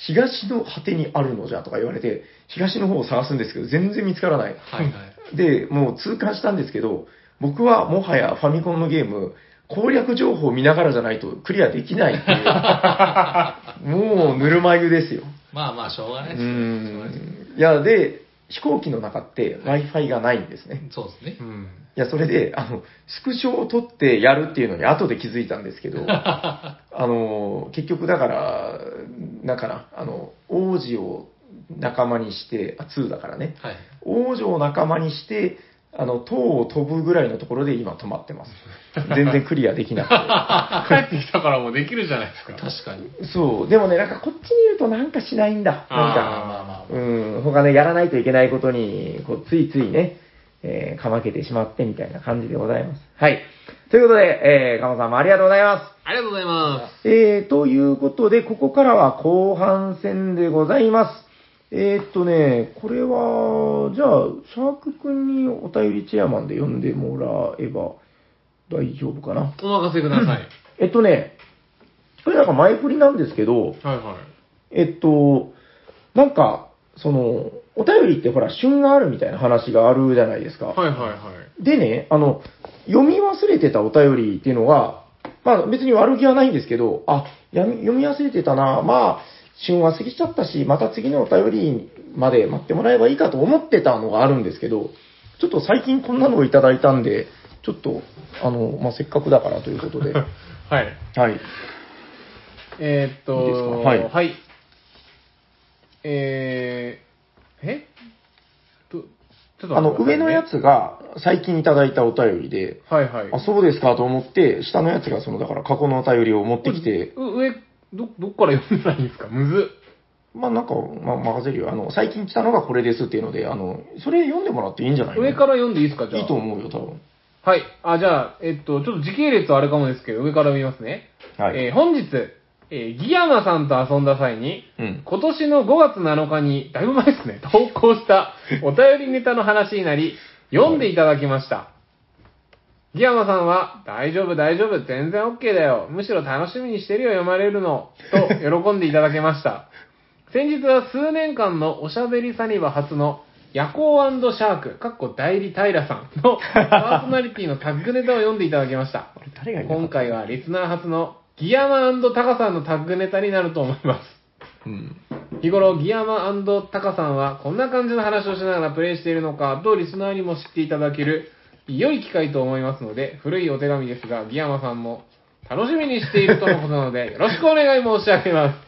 B: 東の果てにあるのじゃとか言われて、東の方を探すんですけど、全然見つからない。
A: はいはい。
B: で、もう痛感したんですけど、僕はもはやファミコンのゲーム、攻略情報を見ながらじゃないとクリアできないって いう、もうぬるま湯ですよ。
A: まあまあ、しょうがな
B: う
A: いですね。しょうがないです
B: ん。いや、で、飛行機の中って Wi-Fi がないんですね。
A: そうですね。
C: うん。
B: いや、それで、あの、スクショを撮ってやるっていうのに後で気づいたんです けど、あの、結局だから、だから、あの、王子を仲間にして、あ、2だからね、
A: はい。
B: 王女を仲間にして、あの、塔を飛ぶぐらいのところで今止まってます。全然クリアできな
C: 帰ってきたから もうできるじゃないですか。
A: 確かに。
B: くて。そう。でもね、なんかこっちにいるとなんかしないんだ。なん
A: まあ
B: か。
A: まあまあま
B: うん。他ね、やらないといけないことに、こう、ついついね、えーかまけてしまってみたいな感じでございます。はい。ということで、えー、かまさんもありがとうございます。
C: ありがとうございます。
B: えー、ということで、ここからは後半戦でございます。えー、っとね、これは、じゃあ、シャーク君にお便りチェアマンで読んでもらえば大丈夫かな。
C: お任せください。
B: えっとね、これなんか前振りなんですけど、
C: はいはい。
B: えっと、なんか、その、お便りってほら、旬があるみたいな話があるじゃないですか。
C: はいはいはい。
B: でね、あの、読み忘れてたお便りっていうのが、まあ別に悪気はないんですけど、あ、やみ読み忘れてたな、まあ、旬は過ぎちゃったし、また次のお便りまで待ってもらえばいいかと思ってたのがあるんですけど、ちょっと最近こんなのをいただいたんで、ちょっと、あの、まあ、せっかくだからという ことで。はい。
C: はい。えーっと
B: いいですかはい
C: えー、えと、ちょっと
B: あの、上のや
C: つ。
B: つが最近いただいたお便りで、
C: はいはい。
B: あ、そうですかと思って、下のやつがその、だから過去のお便りを持ってきて、
C: う上、ど、どっから読んだらいいんですかむずっ。
B: まあなんか、まあ、任せるよ。あの、最近来たのがこれですっていうので、あの、それ読んでもらっていいんじゃないの
C: 上から読んでいいですかじゃあ。
B: いいと思うよ、多分。
C: はい。あ、じゃあ、えっと、ちょっと時系列はあれかもですけど、上から見ますね。
B: はい。
C: えー本日、えーギヤマさんと遊んだ際に、
B: うん。
C: 今年の5月7日に、だいぶ前ですね、 投稿したお便りネタの話になり、読んでいただきました。ギヤマさんは、大丈夫大丈夫、全然 OK だよ。むしろ楽しみにしてるよ、読まれるの。と、喜んでいただけました。 先日は数年間のおしゃべりサニバ初の夜行シャーク、かっこ代理平さんのパーソナリティのタッグネタを読んでいただきました。
B: あれ、誰がいい
C: 今回はリスナー初のギヤマタカさんのタッグネタになると思います。
B: うん。
C: 日頃、ギヤマタカさんはこんな感じの話をしながらプレイしているのか、どうリスナーにも知っていただける良い機会と思いますので、古いお手紙ですが、ギヤマさんも楽しみにしているとのことなので、よろしくお願い申し上げます。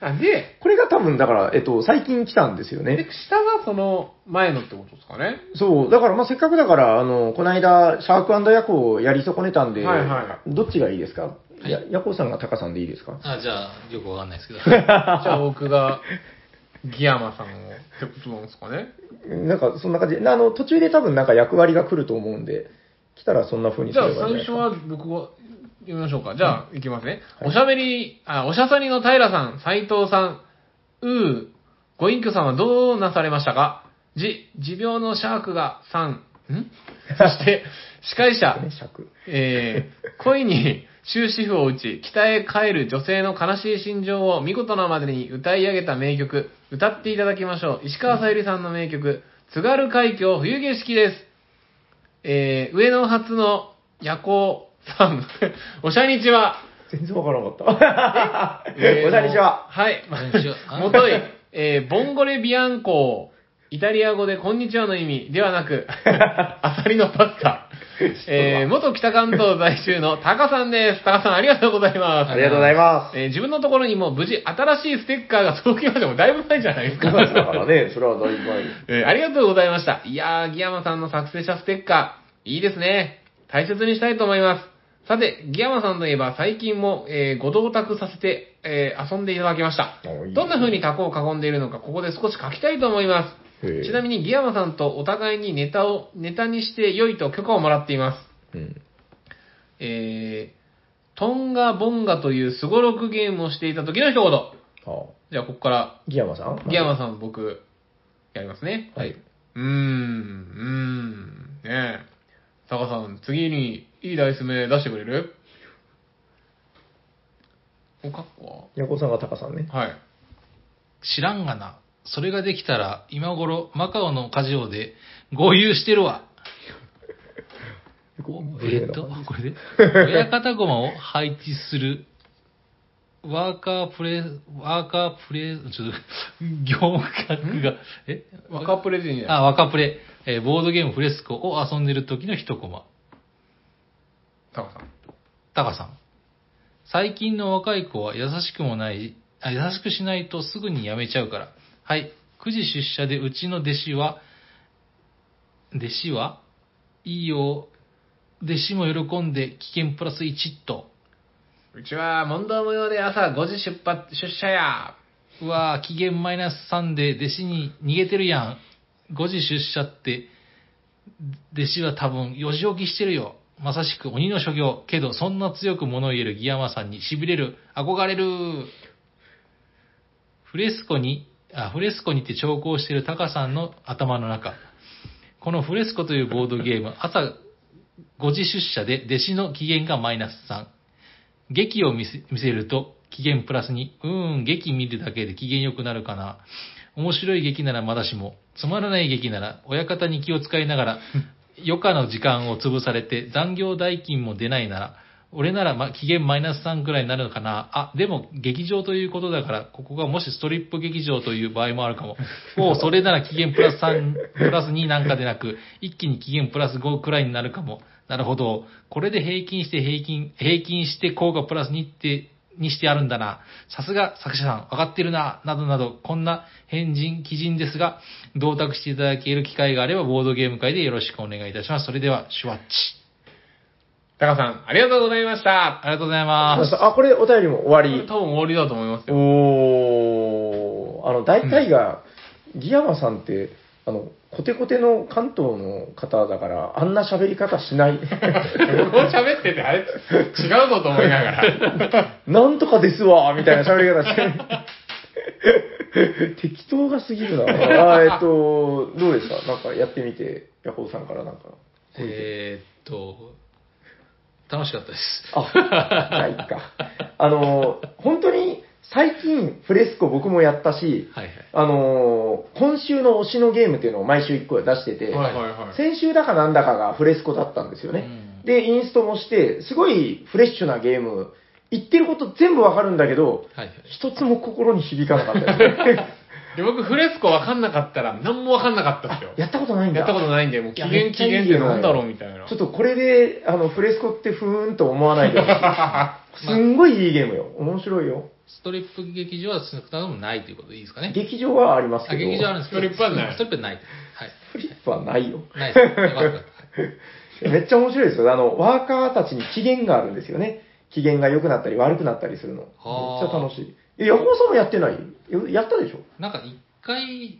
C: あで、
B: これが多分、だから、えっと、最近来たんですよ
C: で
B: ね。
C: 下がその前のってことですかね。
B: そう。だから、まあ、せっかくだから、あの、この間、シャークヤコをやり損ねたんで、
C: はいは
B: どっちがいいですか
A: い
B: やヤコさんがタカさんでいいですか
A: あ、じゃあ、よくわかんないですけど。 はい
C: じゃあ僕がギヤマさんをってことなんですかね。
B: なんか、そんな感じで、あの、途中で多分、なんか役割が来ると思うんで、来たらそんな風に
C: じゃあ
B: すればいいん
C: 最
B: じ
C: 初
B: ゃない
C: は僕は読みましょうか。じゃあ行きますね。おしゃべり、あ、おしゃさにの平さん、斉藤さん、うー、ご隠居さんはどうなされましたかじ、持病のシャークがさん、んそして、司 会者、
B: ですかね、尺。
C: えー、恋に終止符を打ち、北へ帰る女性の悲しい心情を見事なまでに歌い上げた名曲、歌っていただきましょう。石川さゆりさんの名曲、津軽海峡冬景色です。えー、上野初の夜行さん、 おしゃにちは。
B: 全然わからなかった。 おしゃれしは。
C: はい。
A: こんにち は
C: もとい、えー、ボンゴレビアンコイタリア語でこんにちはの意味ではなく、アサリのパスタ。えー、元北関東在住のタカさんです。タカさんありがとうございます。
B: ありがとうございます。
C: えー自分のところにも無事新しいステッカーが届きましてもだいぶ前じゃないですか
B: だ。からね、それはだいぶ前に。
C: えーありがとうございました。いやー、ギヤマさんの作成者ステッカー、いいですね。大切にしたいと思います。さて、ギヤマさんといえば最近も、えーご同卓させて、えー遊んでいただきました。
B: おいい
C: どんな風に卓を囲んでいるのか、ここで少し書きたいと思います。ちなみにギヤマさんとお互いにネタを、ネタにして良いと許可をもらっています。
B: うん
C: えー、トンガボンガというスゴロクゲームをしていた時の一言。
B: あ
C: じゃあ、ここから、
B: ギヤマさん
C: ギヤマさん僕、やりますね。
B: はい。
C: うーん、うーん、ねえ。タカさん、次にいいダイス目出してくれるおかっこ
B: ヤコさんがタカさんね。
C: ははい。
A: 知らんがな。それができたら、今頃、マカオのカジオで合流してるわ。えっと、これで、親方駒を配置する、ワーカープレ、ワーカープレ、ちょっと、行革が、え
C: 若プレジニア。
A: あ、ワカプレ、えーボードゲームフレスコを遊んでる時の一コマ。
C: タカさん。
A: タカさん。最近の若い子は優しくもない、あ優しくしないとすぐに辞めちゃうから。はい。9時出社でうちの弟子は、弟子はいいよ。弟子も喜んで危険プラス1と。
C: うちは問答無用で朝5時出発、出社や。
A: うわぁ、期限マイナス3で弟子に逃げてるやん。5時出社って、弟子は多分4時起きしてるよ。まさしく鬼の所業。けど、そんな強く物を言えるギヤマさんに痺れる。憧れる。フレスコに、あ、フレスコにって調校してるタカさんの頭の中。このフレスコというボードゲーム、朝5時出社で弟子の期限がマイナス3。劇を見せ見せると、機嫌プラスに、うーん、劇見るだけで機嫌良くなるかな。面白い劇ならまだしも、つまらない劇なら親方に気を使いながら、余暇の時間を潰されて残業代金も出ないなら、俺なら、ま、期限マイナス3くらいになるのかな。あ、でも劇場ということだから、ここがもしストリップ劇場という場合もあるかも。もうそれなら期限プラス3、プラス2なんかでなく、一気に期限プラス5くらいになるかも。なるほど。これで平均して平均、平均して効果プラス2って、にしてあるんだな。さすが作者さん、わかってるな。などなど、こんな変人、奇人ですが、同卓していただける機会があれば、ボードゲーム会でよろしくお願いいたします。それでは、シュワッチ。
C: タカさん、ありがとうございまし
A: あ
C: た。
A: りがとうございます。
B: あ、これお便りも終わ
C: これ
B: り。
C: 多分終わりだと思いますよ。
B: おー、あの、大体が、ギヤマさんって、あの、コテコテの関東の方だから、あんな喋り方しない。
C: 僕も喋ってて、あれ、違うぞと思いながら。
B: なんとかですわみたいな喋り方してる。適当がすぎるな。あーえっと、どうでしたなんかやってみて、ヤコウさんからなんか。
A: えーっと、楽しかったです。
B: あ、ないか。あの、本当に最近フレスコ僕もやったし、
A: はいはい。
B: あの、今週の推しのゲームっていうのを毎週1個出してて、
C: はいはいはい。
B: 先週だかなんだかがフレスコだったんですよね。
A: うん
B: で、インストもして、すごいフレッシュなゲーム、言ってること全部わかるんだけど、
A: はいはい。
B: 一つも心に響かなかったです ね。
C: で僕、フレスコ分かんなかったら、何も分かんなかったですよ。
B: やったことないんだ。
C: やったことないんで、もう期
B: いや
C: 限
B: めっちゃ
C: 期
B: いい
C: 限ってなんだろうみたいな。
B: ちょっとこれで、あの、フレスコってふーんと思わないでほ しいすんごいいいゲームよ。面白いよ。
A: ストリップ劇場は少なくともないということでいいですかね。
B: 劇場はあります
A: あ、
B: けど、
A: 劇場あるんですけど、
C: ストリップはない
A: ストリップはない。はい。
B: フリップはないよ。
A: ないです。よかったよかった。
B: めっちゃ面白いですよ。あの、ワーカーたちに機嫌があるんですよね。機嫌が良くなったり悪くなったりするの。めっ
A: あー
B: ちゃ楽しい。え、ヤコウさんもやってないよやったでしょ
A: なんか一回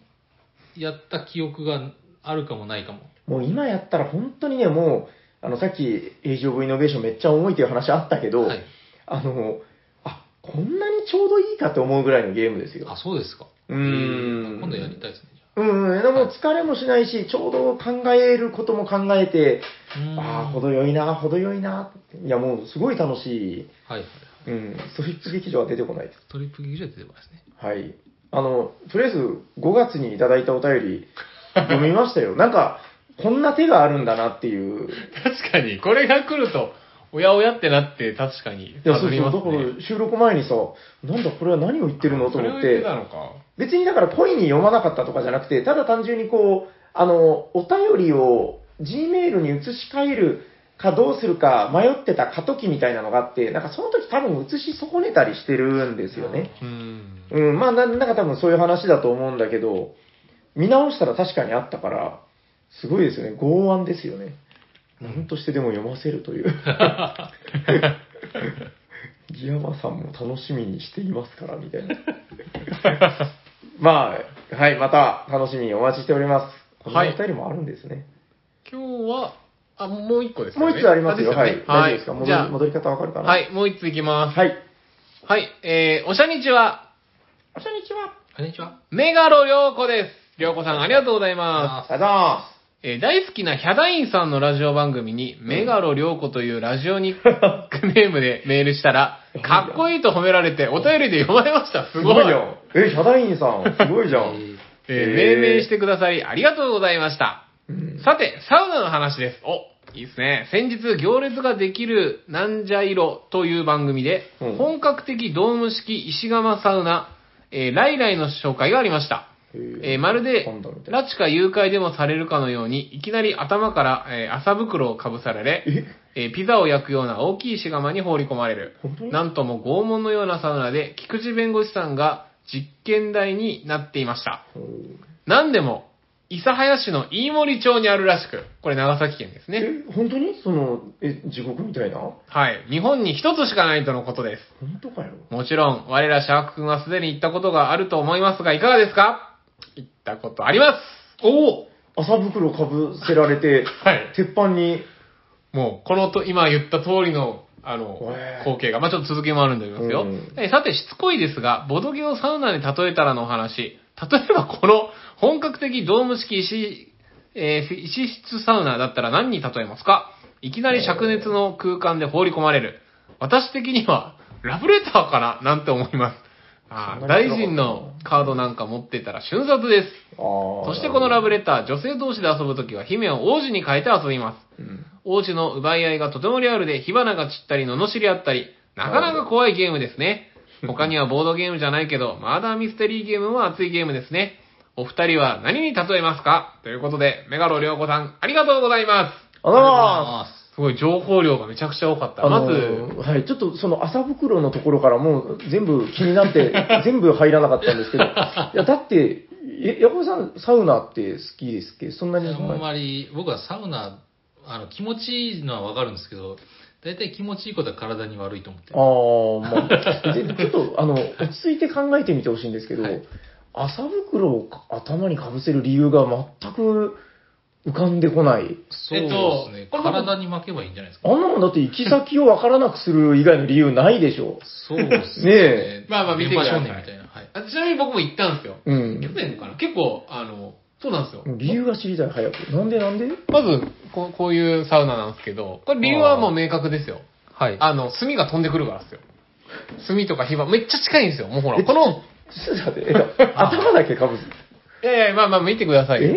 A: やった記憶があるかもないかも。
B: もう今やったら本当にね、もう、あの、さっき、エイジオブイノベーションめっちゃ重いという話あったけど、
A: はい。
B: あの、あ、こんなにちょうどいいかと思うぐらいのゲームですよ
A: あ、。そうですか。
B: うーん
A: 今度やりたいですね。じゃ
B: うん、でも疲れもしないし、ちょうど考えることも考えて、
A: あうーん
B: ああ、程よいな、程よいな、いやもうすごい楽しい、
A: はいはい。
B: うん、ストリップ劇場は出てこないです。
A: ストリップ劇場で出てますね。
B: はい。あの、とりあえず5月にいただいたお便り読みました よ。なんか、こんな手があるんだなっていう。
C: 確かに、これが来ると、おやおやってなって、確かに。
B: いや、そう
C: り
B: そう、
C: ま
B: だ
C: す
B: か
C: ね
B: ら収録前にさ、なんだこれは何を言ってるのと思っ
C: それを言ってて、たのか。
B: 別にだから故意に読まなかったとかじゃなくて、ただ単純にこう、あの、お便りを Gmail に移し替えるかどうするか迷ってた過渡期みたいなのがあって、なんかその時多分移し損ねたりしてるんですよね。
C: うん。
B: うん、まあな、なんか多分そういう話だと思うんだけど、見直したら確かにあったから、すごいですよね。剛腕ですよね。なんとしてでも読ませると いう。ギヤマさんも楽しみにしていますから、みたいな。まあ、はい、また楽しみにお待ちしております。このお
C: はい
B: 便りもあるんですね。
C: 今日は、あ、もう一個です
B: もう一つありますよ。はい。大丈夫ですか
C: じ
B: 戻
C: ゃあ
B: り、戻り方わかるかな
C: は。い、もう一ついきます。
B: はい。
C: はい、えー、おしゃにちは、
B: おしゃにちは。
A: こんにちは。
C: メガロ良子です。良子さん、ありがとうございま。
B: ありがとうございます
C: えー大好きなヒャダインさんのラジオ番組に、メガロ良子というラジオニック ネームでメールし たら、かっこいいと褒められてお便りで読まれました。す
B: す
C: ごい。
B: ごいじゃん。え、ヒャダインさん、すごいじゃ ん。
C: えー命名してくださりありがとうございました。さて、サウナの話です。お、いいですね。先日、行列ができるなんじゃいろという番組で、
B: うん
C: 本格的ドーム式石窯サウナ、えーライライの紹介がありました。えーまるで
B: 今度み、たいな
C: 拉致か誘拐でもされるかのように、いきなり頭から、えー麻袋をかぶされれ、えーピザを焼くような大きい石窯に放り込まれる
B: 本当。に
C: なんとも拷問のようなサウナで、菊池弁護士さんが実験台になっていました。なんでも、諫早市の飯森町にあるらしく、これ長崎県ですね。
B: え、本当にその、え、地獄みたいな本
C: はい。日本に一つしかないとのことです。
B: 当かよ。
C: もちろん、我らシャーク君はすでに行ったことがあると思いますが、いかがですか行ったことありますおお
B: 麻袋かぶせられて、
C: はい
B: 鉄板に、
C: もう、このと、今言った通りの、あの
B: へ、え
C: 光景が、まあちょっと続きもあるんでありますよ、
B: うん
C: えさて、しつこいですが、ボドゲをサウナに例えたらのお話。例えば、この本格的ドーム式石、えー石室サウナだったら何に例えますかいきなり灼熱の空間で放り込まれる。私的には、ラブレターかななんて思います。あ
B: そ
C: ー
B: んなに
C: 大
B: 辛かった
C: 臣のカードなんか持ってたら瞬殺です。
B: あー
C: そしてこのラブレター、女性同士で遊ぶときは姫を王子に変えて遊びます。
B: うん
C: 王子の奪い合いがとてもリアルで火花が散ったり、罵り合ったり、なかなか怖いゲームですね。他にはボードゲームじゃないけど、マーダーミステリーゲームも熱いゲームですね。お二人は何に例えますかということで、メガロ良子さん、ありがとうございま
B: あらー
A: す。
C: す。すごい情報量がめちゃくちゃ多かった。
B: あ
C: ま
B: の
C: ず、
B: はい、ちょっとその麻袋のところからもう全部気にな って、全部入らなかったんですけど、いや、だって、え、ヤコブさん、サウナって好きですっけそんなに。
A: あんまり、僕はサウナ、あの、気持ちいいのはわかるんですけど、大体気持ちいいことは体に悪いと思って
B: あ。ーまあ、でちょっと、あの、落ち着いて考えてみてほしいんですけど、
A: はい
B: 麻袋を頭にかぶせる理由が全く浮かんでこない。
A: そう
C: え
A: で
C: っ
A: す
C: と
A: ね。
C: これ僕
A: 体に巻けばいいんじゃないですか。
B: あんなもんだって行き先をわからなくする以外の理由ないでしょ。
A: そうです
B: ね え
C: まあまあ見てくだ
A: 現
C: さ
A: 場
C: い
A: 少年みたいな。はい。
C: あちなみに僕も行ったんですよ。
B: うん
C: 去。年かな結構、あの、そうなんですよ。
B: 理由が知りたい、早く。なんでなんで
C: まずこう、こういうサウナなんですけど、これ理由はもう明確ですよ。
A: はい。
C: あの、炭が飛んでくるからですよ。炭とか火ば、めっちゃ近いんですよ。もうほら、
B: え
C: この、
B: ちょっと待って、え頭だけかぶす。
C: いやいや、まあまあ見てくださいよ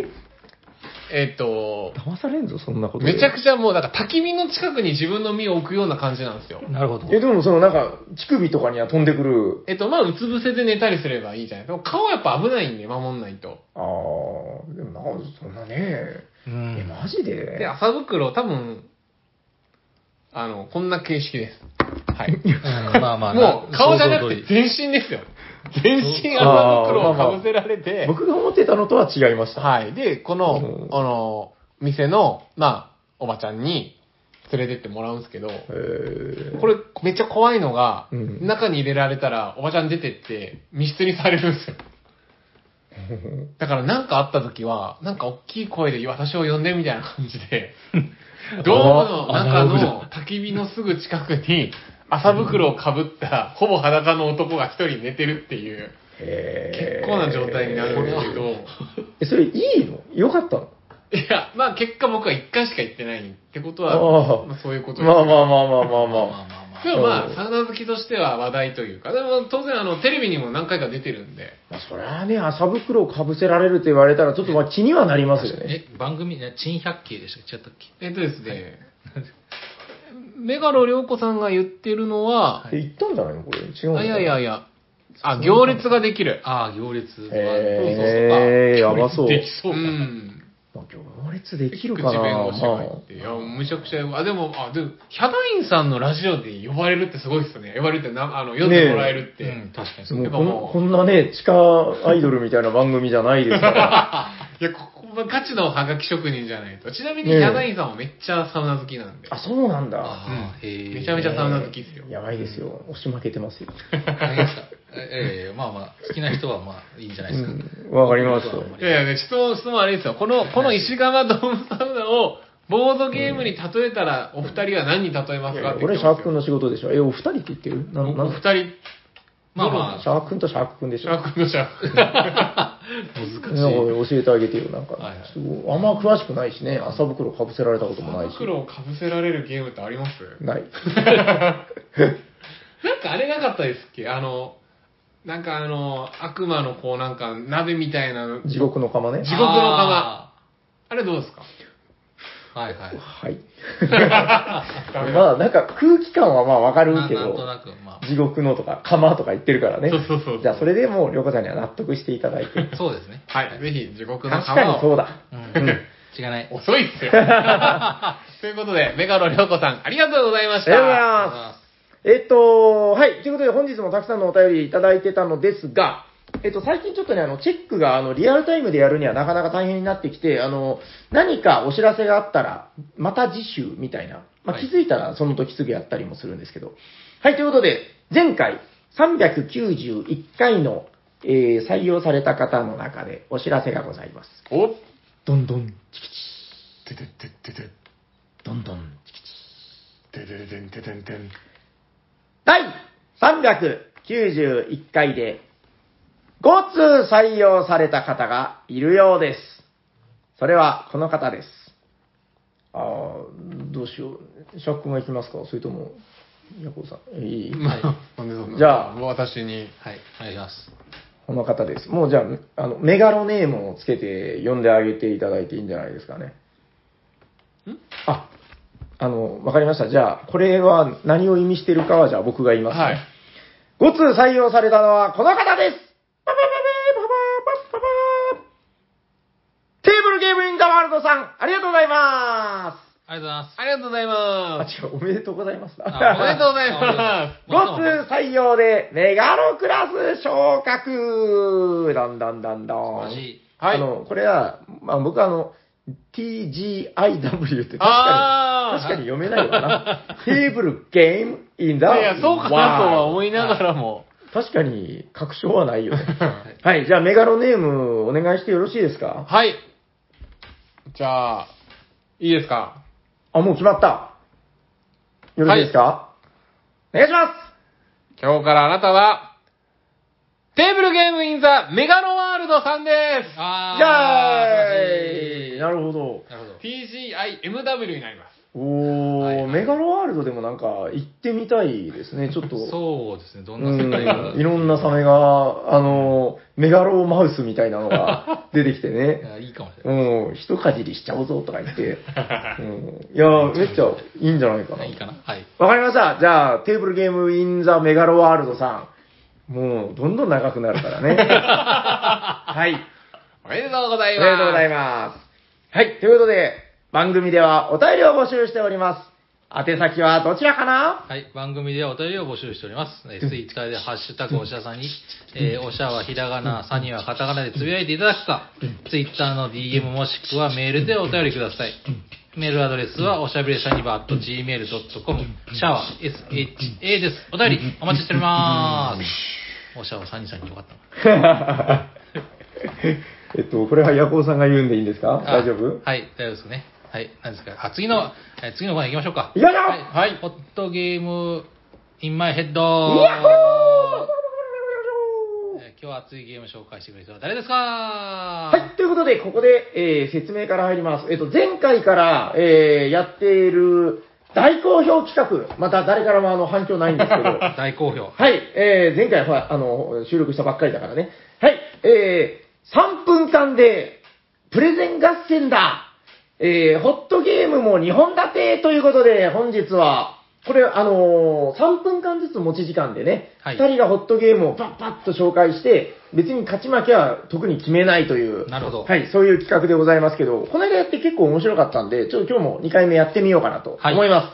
B: え。
C: えっと、
B: 騙されんぞ、そんなこと。
C: めちゃくちゃもう、だから焚き火の近くに自分の身を置くような感じなんですよ。
A: なるほど
B: え、でもそのなんか、乳首とかには飛んでくる。
C: えっと、まあ、うつ伏せで寝たりすればいいじゃないですか。顔はやっぱ危ないんで、守んないと。
B: あー、でもなんかそんなね。
A: う
B: え、
A: ん。
B: マジで
C: で、麻袋、多分、あの、こんな形式です。 はい。
A: うんまあ まあ、
C: もう、顔じゃなくて
A: 想像通り
C: 全身ですよ。全身麻袋をかぶせられて、
B: 僕が思ってたのとは違いました。
C: はい。で、この
B: う、ん
C: あの、店の、まあ、おばちゃんに連れてってもらうんですけど、
B: えー
C: これめっちゃ怖いのが、
B: うん
C: 中に入れられたら、おばちゃん出てって、密室にされるんですよ。だからなんかあった時は、なんか大きい声で私を呼んでみたいな感じ で、ドームの中の焚き火のすぐ近くに、麻袋をかぶった、ほぼ裸の男が一人寝てるっていう、
B: えー
C: 結構な状態になるんです けど、
B: え、それいいのよかったの
C: いや、まあ結果僕は1回しか行ってないってこと
B: あ
C: は、
B: あ
C: まあ、そういうことです。
B: まあまあまあまあまあ
A: まあまあ
B: まあ。
A: まあまあ。
C: でもまあ、サウナ好きとしては話題というか、でも当然あの、テレビにも何回か出てるんで、
B: まあ、そりゃあね、麻袋をかぶせられると言われたら、ちょっとまあ気にはなりますよね。
A: え、番組、ね、珍百景でしたっけ違ったっけ
C: えっとですね、メガロ良子さんが言ってるのは、
B: え、言ったんじゃないのこれ。違うんだ
C: あいやいやいや、あ、行列ができる。
A: ああ、行列は。
B: えー、やばそう。
A: できそううかな。
C: ん。
B: まあ行列でき
C: 菊
B: る
C: 池
B: か
C: 弁
B: な
C: 護士が言って、いや、むちゃくちゃよあ、でも、あ、でも、ヒャダインさんのラジオで呼ばれるってすごいっすね。呼ばれるってな、あの、呼んでもらえるって。
A: うん、確かにそう。
B: もう
C: やっぱ
B: こ
C: も
B: の
C: う
B: こんなね、地下アイドルみたいな番組じゃないです から。
C: いや、ここはガチのハガキ職人じゃないと。ちなみに、ヒ
B: ねえ
C: ャダインさんはめっちゃサウナ好きなんで。
B: あ、そうなんだ。
A: ああ、へえ。
C: めちゃめちゃサウナ好きっすよ。
B: やばいですよ。押し負けてますよ。
A: わかりました。 ええまあまあ、好きな人はまあ、いいんじゃないですか。
B: うんわかりました
A: 僕はあんま
C: い
A: り
C: やいや、質問、質問あれですよ。この、この石窯ドームサウナを、ボードゲームに例えたら、お二人は何に例えま
B: い
C: す
B: やい
C: か
B: や
C: って
B: こ
C: 言
B: れ
C: ってます
B: シ
C: よ
B: ャーク君の仕事でしょ。え、お二人って言ってるな
C: お
B: な
C: お
B: ん
C: 二人、
A: まあまあ
B: シャークくんとシャークくんでしょ。
C: 楽のシャーク。
B: なん
A: 難
B: か
A: しい。
B: 教えてあげてよ、なんか。
A: はいはい
B: すごいあんま詳しくないしね、麻袋かぶせられたこともないし。
C: 袋をかぶせられるゲームってあります
B: ない。
C: なんかあれなかったですっけあの、なんかあの、悪魔のこうなんか鍋みたいな、
B: 地獄の釜ね
C: 地。獄の
A: あ
C: 釜あれどうですか
A: ーはいはい。
B: はい。
C: ダメだ
B: まあ、なんか空気感はまあわかる
A: な
B: け
A: なんと
B: ど、
A: なく、ま
B: 地獄のとか釜とか言ってるからね
C: そう。そうそう。
B: じゃあ、それでもう、りょうこちゃんには納得していただいて。
A: あ、そうですね。
C: はい、ぜひ地獄の
B: 確かに
C: 釜
B: そう
C: を。
B: だ。
A: うん
B: うん。
A: 違がない。
C: 遅いっ すよ。ということで、メガロりょうこさん、ありがとうございました。
B: ありがとうございますえっと、はい。ということで、本日もたくさんのお便りいただいてたのですが、えっと、最近ちょっとね、あの、チェックが、あの、リアルタイムでやるにはなかなか大変になってきて、あの、何かお知らせがあったら、また次週みたいな。まあ、
A: は
B: 気
A: い
B: づいたらその時すぐやったりもするんですけど。はい、ということで、前回、391回の、えー採用された方の中でお知らせがございます。
C: お
B: どんどん、
C: ててててて
B: どんどん。
C: てててててててん
B: 第391回で5通採用された方がいるようです。それはこの方です。あーどうしよう。シャックが行きますかそれとも、ヤコウさん。いい
C: まあなんでそんな
B: じゃあ
C: もう私に。
A: はい、お願いします。
B: この方です。もうじゃあ、あの、メガロネームをつけて呼んであげていただいていいんじゃないですかね。あ、あの、わかりました。じゃあ、これは何を意味してるかは、じゃあ僕が言います、ね。
C: はい。
B: 5通採用されたのはこの方ですパパパパパパパパパテーブルゲームインザワールドさん、ありがとうございま
A: ありがとうございます。
C: ありがとうございます。
B: すあ、違う、おめでとうございます。
A: あ
C: おめでとうございま
B: 5通採用でメガロクラス昇格どんどんどんどん。
A: 素晴らしい
C: はい
B: あの、これは、まあ、僕はあの、TGIW って確かに、
C: あ
B: 確
C: あ
B: かに読めないわ な。テーブルゲームインザワ
C: い
B: ー
C: や
B: ルド。
C: そうかなとは思いながらも。
B: 確かに、確証はないよ ね。はい、じゃあメガロネームお願いしてよろしいですか
C: はい。じゃあ、いいですか
B: あ、もう決まった。よろしいですか、お願いします
C: 今日からあなたは、テーブルゲームインザメガロワールドさんで
B: じ
C: す
A: あー
B: ゃーいなるほど。
A: なるほど。
C: !TGIMW になります。
B: おー、
A: はいはい
B: メガロワールドでもなんか行ってみたいですね、ちょっと。
A: そうですね、どん
B: う
A: な世界が。
B: ん、いろんなサメが、あの、メガロマウスみたいなの が出てきて
A: い
B: ね、
A: やいいかもしれない。
B: うん、一かじりしちゃおうぞとか言 って、うん、いやー、めっちゃいいんじゃないかな。
A: いいかなはい。
B: わかりました。じゃあ、テーブルゲームインザメガロワールドさん。もう、どんどん長くなる からね。はい。
C: おめでとうござ
B: あ
C: い
B: り
C: ます。
B: がとうございます。はい。ということで、番組ではお便りを募集しております。宛先はどちらかな
A: はい、番組ではお便りを募集しており ます。えーツイッターでハッシュタグおしゃさんに、えーおしゃはひらがな、さにはカタカナでつぶやいていただくか、ツイッターの DM もしくはメールでお便りください。メールアドレスはおしゃべりさにば at gmail.com、シャワー SHA です。お便りお待ちしております。おしゃはさにさんによかったな。
B: えっと、これはヤコウさんが言うんでいいんですか
A: あ
B: 大丈夫
A: はい、大丈夫ですね。はい、何ですか。あ、次の、え次のコーナー行きましょうか。
B: いきましょう
A: はい、はい、ホットゲーム、インマイヘッド。
B: ヤッホー
A: えー今日熱いゲーム紹介してくれる人は誰ですかは
B: はい、ということで、ここで、えー説明から入ります。えっと、前回から、えーやっている大好評企画、また誰からもあの反響ないんですけど、は
A: 大好評。
B: い、えー前回は、あの、収録したばっかりだからね。はい、えー3分間で、プレゼン合戦だえーホットゲームも2本立てということで、本日は、これ、あのー3分間ずつ持ち時間でね、
A: はい
B: 2人がホットゲームをパッパッと紹介して、別に勝ち負けは特に決めないという、
A: なるほど。
B: はい、そういう企画でございますけど、この間やって結構面白かったんで、ちょっと今日も2回目やってみようかなと
A: はい
B: 思いま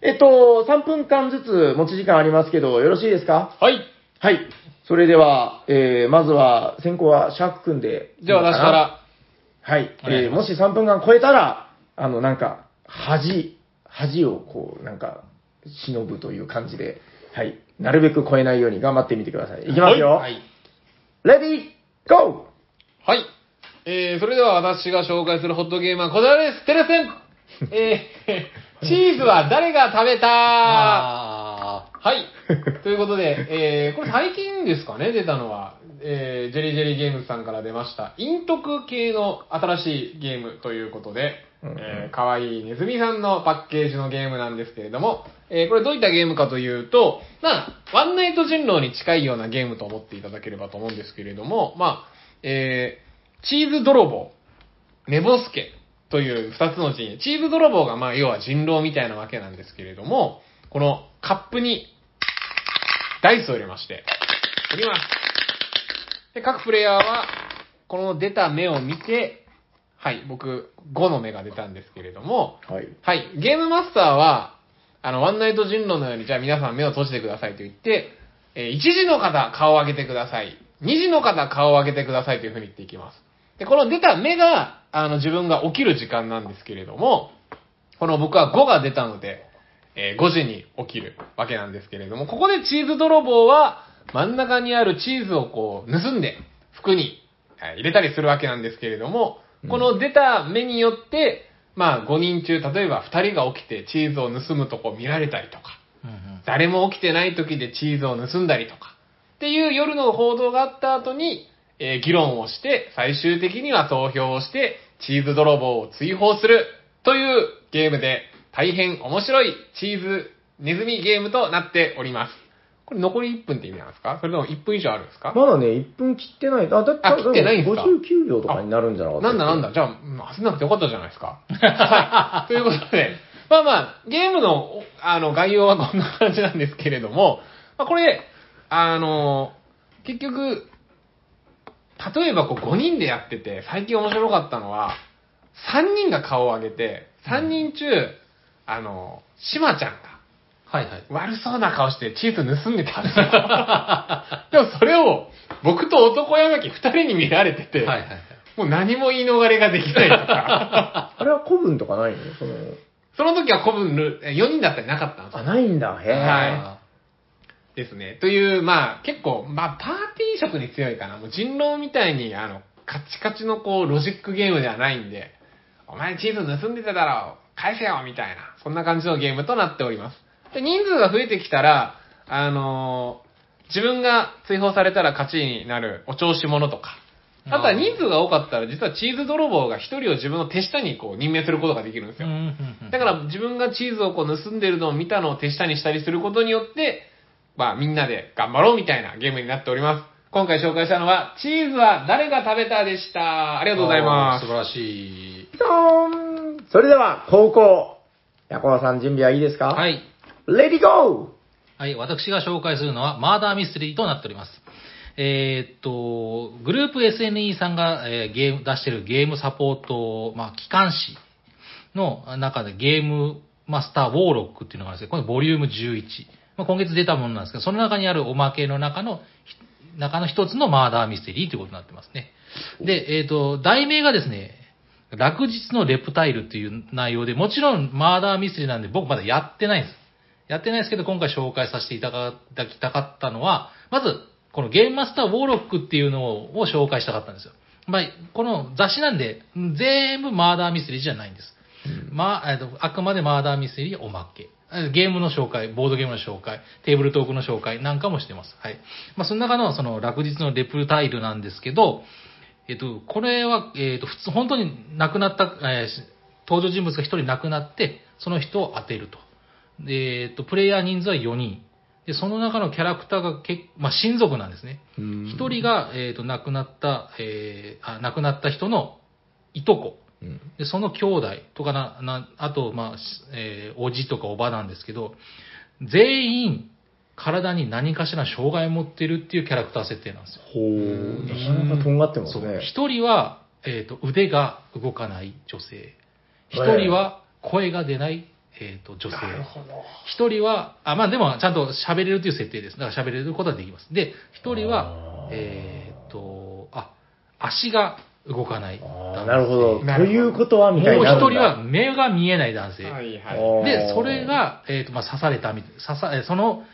B: す。えっと、3分間ずつ持ち時間ありますけど、よろしいですか
C: はい。
B: はい。それでは、えー、まずは、先行はシャーク君で。
C: じゃあ私か。ら、
B: はい。
A: お願い
B: え
A: し
B: ー、
A: ま
B: もし3分間超えたら、あの、なんか、恥、恥をこう、なんか、忍ぶという感じで、はい。なるべく超えないように頑張ってみてください。いきますよ。
A: はい。
B: レディー、ゴー
C: はい。えー、それでは私が紹介するホットゲームはこちらです。テレ センえー、チーズは誰が食べた
A: あー
C: はい。ということで、えー、これ最近ですかね、出たのは。えー、ジェリージェリーゲームズさんから出ました、陰徳系の新しいゲームということで、
B: うんうん
C: えー、かわいいネズミさんのパッケージのゲームなんですけれども、えー、これどういったゲームかというと、まあ、ワンナイト人狼に近いようなゲームと思っていただければと思うんですけれども、まあ、えー、チーズ泥棒、寝ぼすけという二つの陣営。チーズ泥棒が、まあ、要は人狼みたいなわけなんですけれども、このカップにダイスを入れまして、振ります。で、各プレイヤーは、この出た目を見て、はい、僕、5の目が出たんですけれども、
B: はい。
C: はい、ゲームマスターは、あの、ワンナイト人狼のように、じゃあ皆さん目を閉じてくださいと言って、え1時の方、顔を上げてください。2時の方、顔を上げてくださいというふうに言っていきます。で、この出た目が、あの、自分が起きる時間なんですけれども、この僕は5が出たので、えー5時に起きるわけなんですけれども、ここでチーズ泥棒は、真ん中にあるチーズをこう、盗んで、服にはい入れたりするわけなんですけれども、この出た目によって、まあ5人中、例えば2人が起きてチーズを盗むとこ見られたりとか、
A: うんうん
C: 誰も起きてない時でチーズを盗んだりとか、っていう夜の報道があった後に、えー議論をして、最終的には投票をして、チーズ泥棒を追放するというゲームで、大変面白いチーズネズミゲームとなっております。これ残り1分って意味なんですかそれとも1分以上あるんですか
B: まだね、1分切ってない。あ、だって、
C: あ切ってないんすか
B: 59秒とかになるんじゃなかったっけ
C: なんだなんだ、じゃあ、うん焦んなくてよかったじゃないで すか。はいということで、まあまあ、ゲームのおあの概要はこんな感じなんですけれども、まあ、これ、あの、結局、例えばこう5人でやってて、最近面白かったのは、3人が顔を上げて、3人中、あの、しまちゃんが、
A: はいはい。
C: 悪そうな顔してチーズ盗んでたんですよ。 でもそれを、僕と男やがき2人に見られてて、
A: はいはいはい。
C: もう何も言い逃れができないとか。
B: あれは古文とかないのその、
C: その時は古文ルー、4人だったりなかったんです
B: あ、
C: よ
B: ないんだ。へえ。
A: あ
C: ですね。という、まあ、結構、まあ、パーティー色に強いかな。もう人狼みたいに、あの、カチカチのこう、ロジックゲームではないんで、お前チーズ盗んでただろ返せよみたいな、そんな感じのゲームとなっております。で、人数が増えてきたら、あのー自分が追放されたら勝ちになるお調子者とか、あとは人数が多かったら、実はチーズ泥棒が1人を自分の手下にこう任命することができるんです
A: ーう
C: よ
A: ん。うんうん
C: だから自分がチーズをこう盗んでるのを見たのを手下にしたりすることによって、まあみんなで頑張ろうみたいなゲームになっております。今回紹介したのは、チーズは誰が食べたでした。ありがとうござい
A: あ
C: ま
A: ー
C: す。
A: 素晴らしい。
B: ピトーンそれでは、高校。ヤコバさん準備はいいですか。
A: はいい。
B: レディーゴ
A: はい、私が紹介するのは、マーダーミステリーとなっております。えーっと、グループ SNE さんが、えーゲーム出してるゲームサポート、まあ、機関誌の中でゲームマスターウォーロックっていうのがあるんですけど、これボリューム11。まあ、今月出たものなんですけど、その中にあるおまけの中の、ひ中の一つのマーダーミステリーということになってますね。で、えーっと、題名がですね、落日のレプタイルという内容で、もちろんマーダーミステリーなんで僕まだやってないんです。やってないですけど、今回紹介させていただきたかったのは、まず、このゲームマスターウォーロックっていうのを紹介したかったんですよ。まあ、この雑誌なんで、うん全部マーダーミステリーじゃないんです。まあ、えっとあくまでマーダーミステリーおまけ。えゲームの紹介、ボードゲームの紹介、テーブルトークの紹介なんかもしてます。はい。まあ、その中のその落日のレプタイルなんですけど、えっと、これは、えっと、普通、本当に亡くなった、えーし登場人物が1人亡くなって、その人を当てると。で、えっと、プレイヤー人数は4人。で、その中のキャラクターが結、まあ、親族なんですね。
B: ーうん
A: 1人が、えっと、亡くなった、えーあ、亡くなった人のいとこ。
B: うん
A: で、その兄弟とかな、なあと、まあ、しえーおじとかおばなんですけど、全員、体に何かしら障害を持ってるっていうキャラクター設定なんですよ。
B: ほう、なかなかとんがってます
A: そう
B: ね。
A: 一人は、えー、と腕が動かない女性一人は声が出ない、えー、と女性
B: なるほど。
A: 一人はあまあでもちゃんと喋れるという設定ですだから喋れることはできますで一人は
B: あー
A: えっ、とあ足が動かない
B: あ
A: 男性
B: ーなるほど。と
C: なるほど
B: いうことは、
A: もう
B: みたい
A: 一
B: になるんだ。
A: 人は目が見えない男性、
C: はい
B: あ
C: はい。
B: ー、
A: で、それが、えっ、と、まあ、刺されたみたい、刺さ、えーその、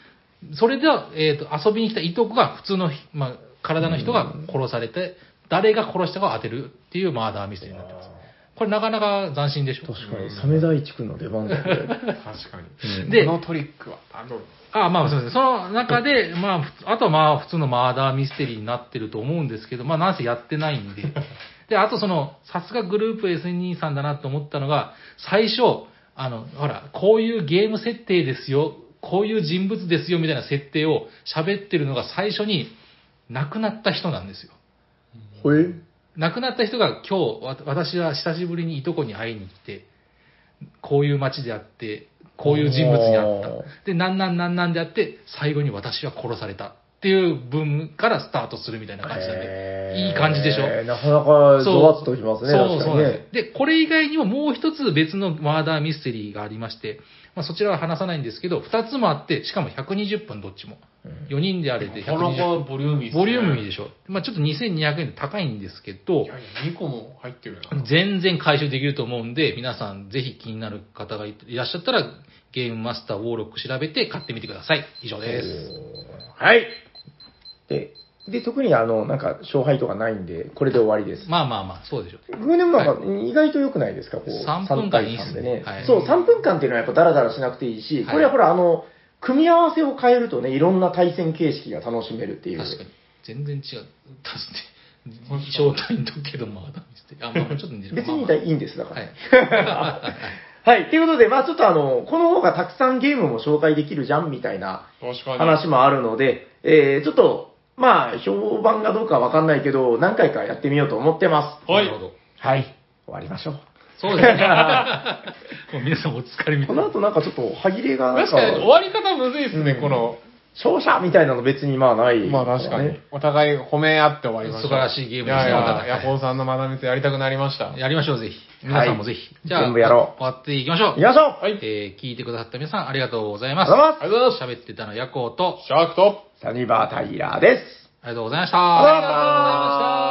A: それでは、えっ、と、遊びに来たいとこが、普通のひ、まあ、体の人が殺されて、誰が殺したかを当てるっていうマーダーミステリーになってます。これなかなか斬新でしょ。
D: 確かに、サメ大地区の出番だよね。
C: 確かに。
D: うん
A: で
C: このトリックは、あの、
A: あまあ、そうですね。その中で、まあふつ、あとはまあ、普通のマーダーミステリーになってると思うんですけど、まあ、なんせやってないんで。で、あとその、さすがグループ SNE さんだなと思ったのが、最初、あの、ほら、こういうゲーム設定ですよ、こういう人物ですよ、みたいな設定を喋ってるのが最初に、亡くなった人なんですよ。
D: ほえ
A: 亡くなった人が今日わ、私は久しぶりにいとこに会いに来て、こういう街であって、こういう人物に会っ
D: おー
A: た。で、なんなんなんなんであって、最後に私は殺されたっていう文からスタートするみたいな感じなん
D: へ
A: で、
D: ー
A: いい感じでしょ。
D: なかなかゾワッときますね、
A: そう
D: 確
A: そ
D: か
A: う
D: に
A: なんで
D: ね。
A: す。で、これ以外にももう一つ別のマーダーミステリーがありまして、まあ、そちらは話さないんですけど、二つもあって、しかも120分どっちも。4人であれで
C: この
A: 120分。
C: 子ボリューミーですね
A: ボリュームいいでしょ。まあちょっと2200円で高いんですけど
C: い、やいや、2個も入ってるな。
A: 全然回収できると思うんで、皆さんぜひ気になる方がいらっしゃったら、ゲームマスターウォーロック調べて買ってみてください。以上です。
C: はい。
D: で、で、特にあの、なんか、勝敗とかないんで、これで終わりです。
A: まあまあまあ、そうでしょう。
D: グーネムなんか意外と良くないですか、こう。
A: 3
D: 三
A: 分間
D: 対
A: いいっ
D: 三
A: す
D: で
A: ね
D: ね
A: はい。
B: そう、3分間っていうのはやっぱダラダラしなくていいし、
A: はい
B: これはほら、あの、組み合わせを変えるとね、いろんな対戦形式が楽しめるっていう。
A: 確かに。全然違う。だって、正体の時けど、まだ見せて。あ、まあちょっと似てる。
B: 別
A: ま
B: に
A: あまあ
B: いいんです、だか
A: はい。
B: ら。 はい、ということで、まあちょっとあの、この方がたくさんゲームも紹介できるじゃんみたいな
C: 確かに。
B: 話もあるので、えー、ちょっと、まあ評判がどうかわかんないけど、何回かやってみようと思ってます。
C: はい
A: なるほど
B: はい、終わりましょう。
A: そうですね。 もう皆さんお疲れみた
B: こ
A: いな
B: の。後なんかちょっと歯切れがなん
C: 確
B: か、
C: かに、終わり方むずいっすね、
B: うん
C: この。
B: 勝者みたいなの別にまあない、
C: まあ確かに
B: ね。。
C: お互い褒め合って終わりました。
A: 素晴らしいゲーム
C: い
A: ですね
C: やい
A: はい
C: や、ヤコウさんのマダミスやりたくなりました。
A: やりましょう、ぜひ。皆さんもぜひ。じゃあ、
B: 全部やろう
A: 終わっていきましょう。
B: 行きましょう
C: はい。
A: えー聞いてくださった皆さん、ありがとうございます。。
B: ありがとうご
C: ざいま
A: 喋
C: す
A: ってたのはヤコウと、
C: シャークと、
B: サニバータイラーです。
A: ありがとうございました。
B: ありがとうございました